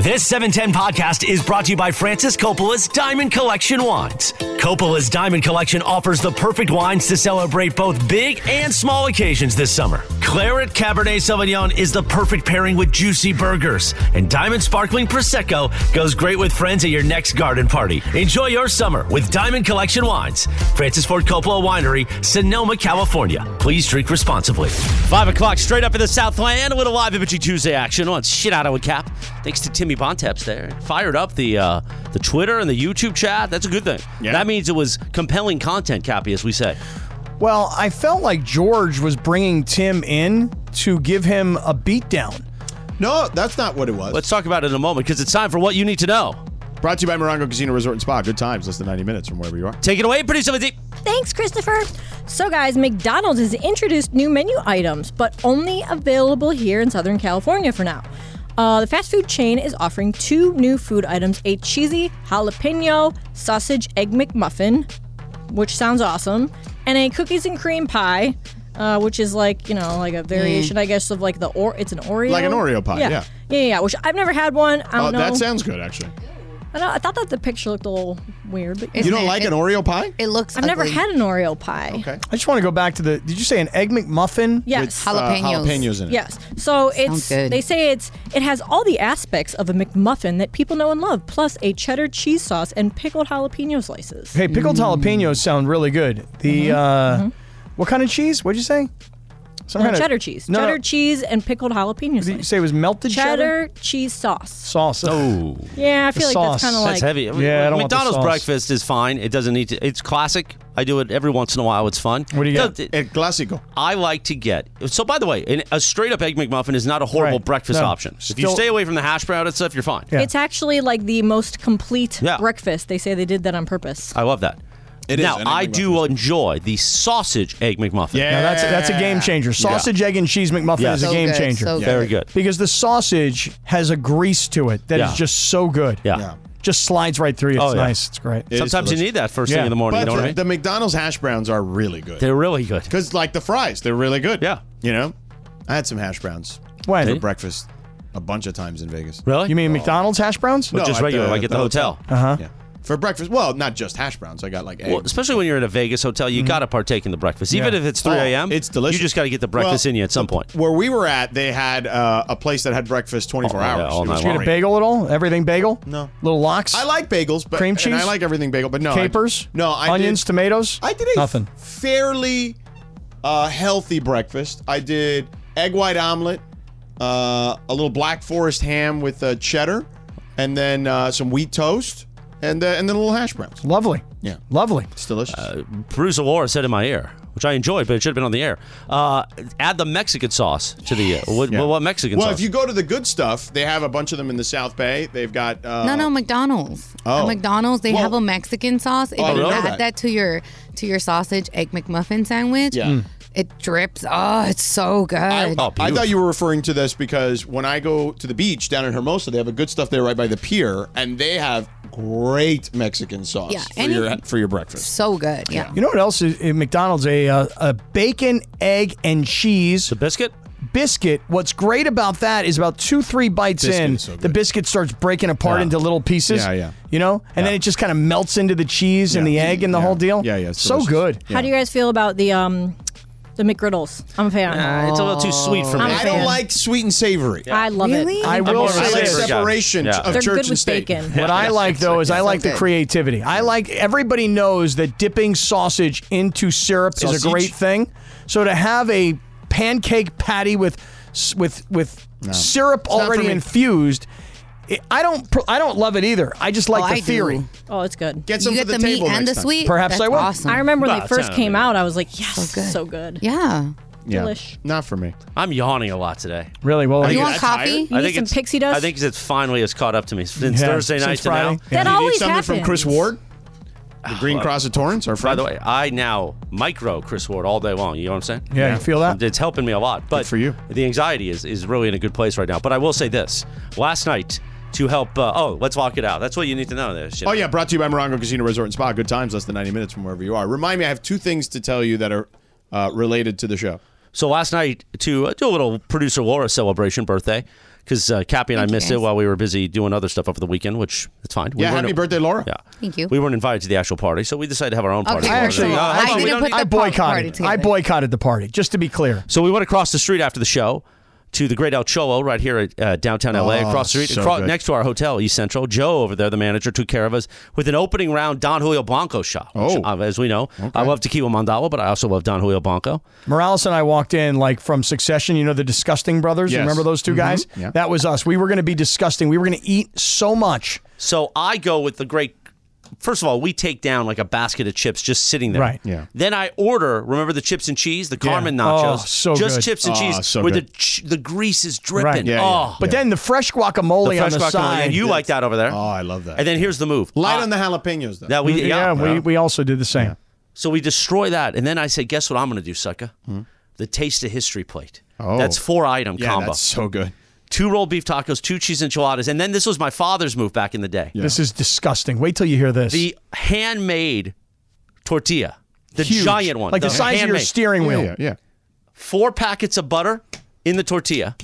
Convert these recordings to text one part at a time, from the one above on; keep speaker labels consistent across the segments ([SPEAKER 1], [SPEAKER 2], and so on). [SPEAKER 1] This 710 podcast is brought to you by Francis Coppola's Diamond Collection Wines. Coppola's Diamond Collection offers the perfect wines to celebrate both big and small occasions this summer. Claret Cabernet Sauvignon is the perfect pairing with juicy burgers, and Diamond Sparkling Prosecco goes great with friends at your next garden party. Enjoy your summer with Diamond Collection Wines. Francis Ford Coppola Winery, Sonoma, California. Please drink responsibly.
[SPEAKER 2] Five o'clock, straight up in the Southland. A little live Imagery Tuesday action on Shit Out of a Cap. Thanks to Timmy Bontemps there. Fired up the uh, the Twitter and the YouTube chat. That's a good thing.
[SPEAKER 3] Yeah.
[SPEAKER 2] That means it was compelling content, Cappy, as we say.
[SPEAKER 4] Well, I felt like George was bringing Tim in to give him a beatdown.
[SPEAKER 3] No, that's not what it was.
[SPEAKER 2] Let's talk about it in a moment because it's time for what you need to know.
[SPEAKER 3] Brought to you by Morongo Casino Resort and Spa. Good times, less than 90 minutes from wherever you are.
[SPEAKER 2] Take it away, producer Lindsay.
[SPEAKER 5] Thanks, Christopher. So, guys, McDonald's has introduced new menu items, but only available here in Southern California for now. Uh, the fast food chain is offering two new food items a cheesy jalapeno sausage egg McMuffin, which sounds awesome, and a cookies and cream pie. Uh, which is like you know like a variation I guess of like the or it's an Oreo
[SPEAKER 3] Mm. Like an Oreo pie, yeah.
[SPEAKER 5] yeah yeah yeah, which I've never had one I don't
[SPEAKER 3] Oh,
[SPEAKER 5] know
[SPEAKER 3] that sounds good, actually.
[SPEAKER 5] I, don't, I thought that the picture looked a little weird but
[SPEAKER 3] You don't
[SPEAKER 6] it-
[SPEAKER 3] like an Oreo pie?
[SPEAKER 6] It looks.
[SPEAKER 5] I've never
[SPEAKER 6] ugly.
[SPEAKER 5] had an Oreo pie
[SPEAKER 3] Okay.
[SPEAKER 4] I just want to go back to the. Did you say an egg McMuffin?
[SPEAKER 5] yes
[SPEAKER 3] Uh,
[SPEAKER 6] Jalapenos.
[SPEAKER 3] jalapenos in it.
[SPEAKER 5] Yes. So it's
[SPEAKER 6] good.
[SPEAKER 5] they say it's it has all the aspects of a McMuffin that people know and love, plus a cheddar cheese sauce and pickled jalapeno slices.
[SPEAKER 4] Hey, pickled
[SPEAKER 2] Mm.
[SPEAKER 4] jalapenos sound really good. The
[SPEAKER 5] Mm-hmm.
[SPEAKER 4] uh, what kind of cheese? What'd you say? Some
[SPEAKER 5] Uh,
[SPEAKER 4] kind
[SPEAKER 5] cheddar
[SPEAKER 4] of
[SPEAKER 5] cheese,
[SPEAKER 4] No, no.
[SPEAKER 5] cheddar cheese, and pickled
[SPEAKER 4] Did
[SPEAKER 5] jalapeno
[SPEAKER 4] you
[SPEAKER 5] slices.
[SPEAKER 4] say it was melted cheddar,
[SPEAKER 5] Cheddar cheese sauce.
[SPEAKER 4] sauce? Oh,
[SPEAKER 5] Yeah, I feel like
[SPEAKER 4] sauce.
[SPEAKER 5] that's kind of
[SPEAKER 4] That's
[SPEAKER 5] like
[SPEAKER 2] It's heavy.
[SPEAKER 4] Yeah, I don't want the
[SPEAKER 2] McDonald's
[SPEAKER 4] sauce.
[SPEAKER 2] breakfast is fine. It doesn't need to. It's classic. I do it every once in a while. It's fun.
[SPEAKER 4] What do you
[SPEAKER 2] Does-
[SPEAKER 4] got?
[SPEAKER 2] it-
[SPEAKER 3] El Clásico.
[SPEAKER 2] I like to get. So, by the way, an, a straight up egg McMuffin is not a horrible
[SPEAKER 4] Right.
[SPEAKER 2] breakfast
[SPEAKER 4] No.
[SPEAKER 2] option. If you
[SPEAKER 4] Still-
[SPEAKER 2] stay away from the hash brown and stuff, you're fine.
[SPEAKER 4] Yeah.
[SPEAKER 5] It's actually like the most complete
[SPEAKER 2] Yeah.
[SPEAKER 5] breakfast. They say they did that on purpose.
[SPEAKER 2] I love that.
[SPEAKER 3] It is
[SPEAKER 2] now,
[SPEAKER 3] an egg
[SPEAKER 2] I do
[SPEAKER 3] McMuffin.
[SPEAKER 2] enjoy the sausage egg McMuffin.
[SPEAKER 3] Yeah.
[SPEAKER 4] Now that's that's a game changer. Sausage, egg, and cheese McMuffin
[SPEAKER 2] Yeah.
[SPEAKER 4] is a
[SPEAKER 6] So
[SPEAKER 4] game
[SPEAKER 6] good,
[SPEAKER 4] changer
[SPEAKER 6] so
[SPEAKER 2] Very good.
[SPEAKER 4] because the sausage has a grease to it that is
[SPEAKER 2] Yeah.
[SPEAKER 4] just so good.
[SPEAKER 2] Yeah.
[SPEAKER 3] Yeah.
[SPEAKER 4] just slides right through. you. It's
[SPEAKER 2] Oh, yeah.
[SPEAKER 4] nice. It's great.
[SPEAKER 3] It is
[SPEAKER 2] Sometimes you
[SPEAKER 3] delicious.
[SPEAKER 2] need that first
[SPEAKER 4] Yeah.
[SPEAKER 2] thing in the morning.
[SPEAKER 3] But
[SPEAKER 2] You know what I mean?
[SPEAKER 3] the McDonald's hash browns are really good.
[SPEAKER 2] They're really good.
[SPEAKER 3] Because, like the fries, they're really good.
[SPEAKER 2] Yeah.
[SPEAKER 3] You know? I had some hash browns
[SPEAKER 4] when
[SPEAKER 3] for breakfast a bunch of times in Vegas.
[SPEAKER 2] Really?
[SPEAKER 4] you mean McDonald's hash browns?
[SPEAKER 3] No,
[SPEAKER 2] just
[SPEAKER 3] Oh, at
[SPEAKER 2] regular,
[SPEAKER 3] the-
[SPEAKER 2] like at the hotel?
[SPEAKER 3] Uh-huh. Yeah. For breakfast, well, not just hash browns. I got like egg.
[SPEAKER 2] Well, especially when you're at a Vegas hotel, you got to partake in the breakfast, even if it's 3
[SPEAKER 3] Mm-hmm. Oh,
[SPEAKER 2] a.m.
[SPEAKER 3] it's delicious.
[SPEAKER 2] You just got to get the breakfast
[SPEAKER 3] Well,
[SPEAKER 2] in you at some point.
[SPEAKER 3] Where we were at, they had uh, a place that had breakfast 24
[SPEAKER 2] Oh, yeah,
[SPEAKER 3] hours.
[SPEAKER 2] all
[SPEAKER 3] It was
[SPEAKER 2] night
[SPEAKER 4] Did you get a
[SPEAKER 3] great.
[SPEAKER 4] bagel at all? Everything bagel?
[SPEAKER 3] No.
[SPEAKER 4] Little locks?
[SPEAKER 3] I like bagels, but
[SPEAKER 4] Cream
[SPEAKER 3] and
[SPEAKER 4] cheese?
[SPEAKER 3] I like everything bagel, but no I-
[SPEAKER 4] capers.
[SPEAKER 3] no, I
[SPEAKER 4] onions,
[SPEAKER 3] did,
[SPEAKER 4] tomatoes.
[SPEAKER 3] I did a
[SPEAKER 4] nothing.
[SPEAKER 3] fairly uh, healthy breakfast. I did egg white omelet, uh, a little black forest ham with uh, cheddar, and then uh, some wheat toast, and uh, and then a little hash browns.
[SPEAKER 4] Lovely.
[SPEAKER 3] Yeah.
[SPEAKER 4] Lovely.
[SPEAKER 3] It's delicious.
[SPEAKER 2] Bruce Laura said in my ear, which I enjoyed, but it should have been on the air. Uh, add the Mexican sauce to the. Uh, what,
[SPEAKER 3] Yeah.
[SPEAKER 2] what, what Mexican
[SPEAKER 3] well,
[SPEAKER 2] sauce?
[SPEAKER 3] if you go to the good stuff, they have a bunch of them in the South Bay. They've got uh,
[SPEAKER 6] No, no, McDonald's.
[SPEAKER 3] Oh.
[SPEAKER 6] At McDonald's, they
[SPEAKER 3] Well-
[SPEAKER 6] have a Mexican sauce. If
[SPEAKER 3] I
[SPEAKER 6] you
[SPEAKER 3] didn't know
[SPEAKER 6] add
[SPEAKER 3] that.
[SPEAKER 6] that. to your to your sausage egg McMuffin sandwich,
[SPEAKER 3] Yeah. Mm.
[SPEAKER 6] it drips. Oh, it's so good.
[SPEAKER 2] Oh,
[SPEAKER 3] I
[SPEAKER 2] beautiful.
[SPEAKER 3] thought you were referring to this because when I go to the beach down in Hermosa, they have a good stuff there right by the pier, and they have great Mexican sauce
[SPEAKER 6] Yeah,
[SPEAKER 3] for,
[SPEAKER 6] any-
[SPEAKER 3] your, for your breakfast.
[SPEAKER 6] so good. Yeah.
[SPEAKER 4] You know what else is at McDonald's? A uh, a bacon, egg, and cheese
[SPEAKER 2] the biscuit?
[SPEAKER 4] biscuit. What's great about that is about two three bites
[SPEAKER 3] Biscuit
[SPEAKER 4] in,
[SPEAKER 3] is so good.
[SPEAKER 4] the biscuit starts breaking apart into little pieces.
[SPEAKER 3] Yeah, yeah.
[SPEAKER 4] You know, and then it just kind of melts into the cheese and the
[SPEAKER 3] Yeah.
[SPEAKER 4] egg and the
[SPEAKER 3] Yeah.
[SPEAKER 4] whole deal.
[SPEAKER 3] Yeah, yeah, it's
[SPEAKER 4] So
[SPEAKER 3] delicious.
[SPEAKER 4] good.
[SPEAKER 5] How do you guys feel about the um the McGriddles? I'm a fan.
[SPEAKER 2] Uh, it's a little too sweet for me.
[SPEAKER 5] I'm a
[SPEAKER 3] I don't
[SPEAKER 5] fan.
[SPEAKER 3] like sweet and savory.
[SPEAKER 5] I love
[SPEAKER 6] Really?
[SPEAKER 5] it.
[SPEAKER 4] I
[SPEAKER 2] I'm
[SPEAKER 4] will
[SPEAKER 2] more of a
[SPEAKER 3] I
[SPEAKER 4] say
[SPEAKER 3] like
[SPEAKER 2] savory guy.
[SPEAKER 3] separation
[SPEAKER 2] Yeah.
[SPEAKER 3] of
[SPEAKER 5] They're
[SPEAKER 3] church
[SPEAKER 5] good
[SPEAKER 3] and
[SPEAKER 5] with
[SPEAKER 3] state.
[SPEAKER 5] bacon.
[SPEAKER 4] What I like though is I like the
[SPEAKER 6] good.
[SPEAKER 4] creativity. I like everybody knows that dipping sausage into syrup is a
[SPEAKER 3] Sausage.
[SPEAKER 4] great thing. So to have a pancake patty with s- with with syrup
[SPEAKER 3] not for
[SPEAKER 4] already
[SPEAKER 3] me.
[SPEAKER 4] infused, it, I don't pr- I don't love it either. I just like
[SPEAKER 6] Oh,
[SPEAKER 4] the
[SPEAKER 6] I do.
[SPEAKER 4] theory.
[SPEAKER 5] Oh, it's good.
[SPEAKER 3] Get
[SPEAKER 6] You
[SPEAKER 3] some for
[SPEAKER 6] get
[SPEAKER 3] the,
[SPEAKER 6] the, meat
[SPEAKER 3] table
[SPEAKER 6] and the
[SPEAKER 3] next time.
[SPEAKER 6] sweet.
[SPEAKER 4] Perhaps
[SPEAKER 6] That's
[SPEAKER 4] I will.
[SPEAKER 6] Awesome.
[SPEAKER 5] I remember when
[SPEAKER 2] Well,
[SPEAKER 5] they
[SPEAKER 2] it's
[SPEAKER 5] first
[SPEAKER 2] not
[SPEAKER 5] came
[SPEAKER 2] really-
[SPEAKER 5] out, I was like, yes, so
[SPEAKER 6] good.
[SPEAKER 5] good.
[SPEAKER 6] Yeah.
[SPEAKER 3] Yeah.
[SPEAKER 5] Delish.
[SPEAKER 3] Not for me.
[SPEAKER 2] I'm yawning a lot today.
[SPEAKER 4] Really? Well,
[SPEAKER 6] You
[SPEAKER 3] think
[SPEAKER 6] want
[SPEAKER 3] that's higher.
[SPEAKER 6] coffee?
[SPEAKER 5] You
[SPEAKER 2] I
[SPEAKER 5] need
[SPEAKER 2] think
[SPEAKER 5] some
[SPEAKER 2] it's,
[SPEAKER 5] pixie dust?
[SPEAKER 2] I think it's finally has caught up to me since
[SPEAKER 4] Yeah,
[SPEAKER 2] Thursday
[SPEAKER 4] since
[SPEAKER 2] night to
[SPEAKER 4] Friday.
[SPEAKER 2] now.
[SPEAKER 5] That
[SPEAKER 3] You need
[SPEAKER 5] always
[SPEAKER 3] something
[SPEAKER 5] happens.
[SPEAKER 3] from Chris Ward, the Green Cross of Torrance, our
[SPEAKER 2] Ah, By
[SPEAKER 3] friend.
[SPEAKER 2] the way, I now micro Chris Ward all day long. You know what I'm saying? Um,
[SPEAKER 4] Yeah, you feel that?
[SPEAKER 2] It's helping me a lot. But
[SPEAKER 3] for you.
[SPEAKER 2] the anxiety is is really in a good place right now. But I will say this: last night to help. Uh, oh, let's walk it out. That's what you need to know. There. Shit.
[SPEAKER 3] Oh yeah, brought to you by Morongo Casino Resort and Spa. Good times, less than ninety minutes from wherever you are. Remind me, I have two things to tell you that are uh, related to the show.
[SPEAKER 2] So last night to uh, do a little producer Laura celebration birthday because uh, Cappy and I
[SPEAKER 6] Thank you,
[SPEAKER 2] missed it
[SPEAKER 6] guys.
[SPEAKER 2] while we were busy doing other stuff over the weekend, which it's fine. We
[SPEAKER 3] yeah,
[SPEAKER 2] weren't-
[SPEAKER 3] happy birthday, Laura.
[SPEAKER 2] Yeah.
[SPEAKER 6] Thank you.
[SPEAKER 2] We weren't invited to the actual party, so we decided to have our own party.
[SPEAKER 6] Okay,
[SPEAKER 4] I actually,
[SPEAKER 6] So,
[SPEAKER 4] uh,
[SPEAKER 6] I
[SPEAKER 4] hold on,
[SPEAKER 6] didn't
[SPEAKER 4] we don't-
[SPEAKER 6] put the
[SPEAKER 4] I
[SPEAKER 6] pop- party
[SPEAKER 4] boycotted.
[SPEAKER 6] together.
[SPEAKER 4] I boycotted the party. Just to be clear,
[SPEAKER 2] So we went across the street after the show to the Great El Cholo right here at uh, downtown LA,
[SPEAKER 3] Oh,
[SPEAKER 2] across the street,
[SPEAKER 3] so
[SPEAKER 2] acro-
[SPEAKER 3] good.
[SPEAKER 2] next to our hotel, East Central. Joe over there, the manager, took care of us with an opening round Don Julio Blanco shot. which,
[SPEAKER 3] Oh.
[SPEAKER 2] uh, as we know, I love Tequila Mandala, but I also love Don Julio Blanco.
[SPEAKER 4] Morales and I walked in like from Succession. You know the Disgusting Brothers. You
[SPEAKER 3] Yes.
[SPEAKER 4] Remember
[SPEAKER 2] Mm-hmm.
[SPEAKER 4] those 2 guys?
[SPEAKER 3] Yeah.
[SPEAKER 4] That was us. We were going to be disgusting. We were going to eat so much.
[SPEAKER 2] So I go with the great. First of all, we take down like a basket of chips just sitting there.
[SPEAKER 4] Right.
[SPEAKER 3] Yeah.
[SPEAKER 2] Then I order. Remember the chips and cheese, the Carmen
[SPEAKER 4] Oh,
[SPEAKER 2] nachos,
[SPEAKER 4] so
[SPEAKER 2] just
[SPEAKER 4] good.
[SPEAKER 2] chips and
[SPEAKER 3] Oh,
[SPEAKER 2] cheese,
[SPEAKER 3] so
[SPEAKER 2] where the
[SPEAKER 3] good.
[SPEAKER 2] ch- the grease is dripping.
[SPEAKER 4] Right.
[SPEAKER 3] Yeah, yeah.
[SPEAKER 2] oh,
[SPEAKER 4] But then the fresh guacamole
[SPEAKER 2] the fresh
[SPEAKER 4] on the
[SPEAKER 2] guacamole.
[SPEAKER 4] side.
[SPEAKER 2] and you like that over there.
[SPEAKER 3] Oh, I love that.
[SPEAKER 2] And then here's the move.
[SPEAKER 3] Light
[SPEAKER 2] Uh,
[SPEAKER 3] on the jalapenos though.
[SPEAKER 2] That we
[SPEAKER 4] yeah,
[SPEAKER 2] yeah.
[SPEAKER 4] we, we also did the same.
[SPEAKER 2] So we destroy that, and then I say, guess what I'm going to do, sucker? The taste of history plate.
[SPEAKER 3] Hmm? Oh.
[SPEAKER 2] That's four item
[SPEAKER 3] yeah,
[SPEAKER 2] combo.
[SPEAKER 3] that's so good.
[SPEAKER 2] Two rolled beef tacos, two cheese enchiladas, and then this was my father's move back in the day.
[SPEAKER 4] This is disgusting. Wait till you hear this.
[SPEAKER 2] The handmade tortilla, the
[SPEAKER 4] Huge.
[SPEAKER 2] giant one,
[SPEAKER 4] like the, size of your
[SPEAKER 2] handmade.
[SPEAKER 4] steering wheel.
[SPEAKER 3] Yeah, yeah.
[SPEAKER 2] Four packets of butter in the tortilla,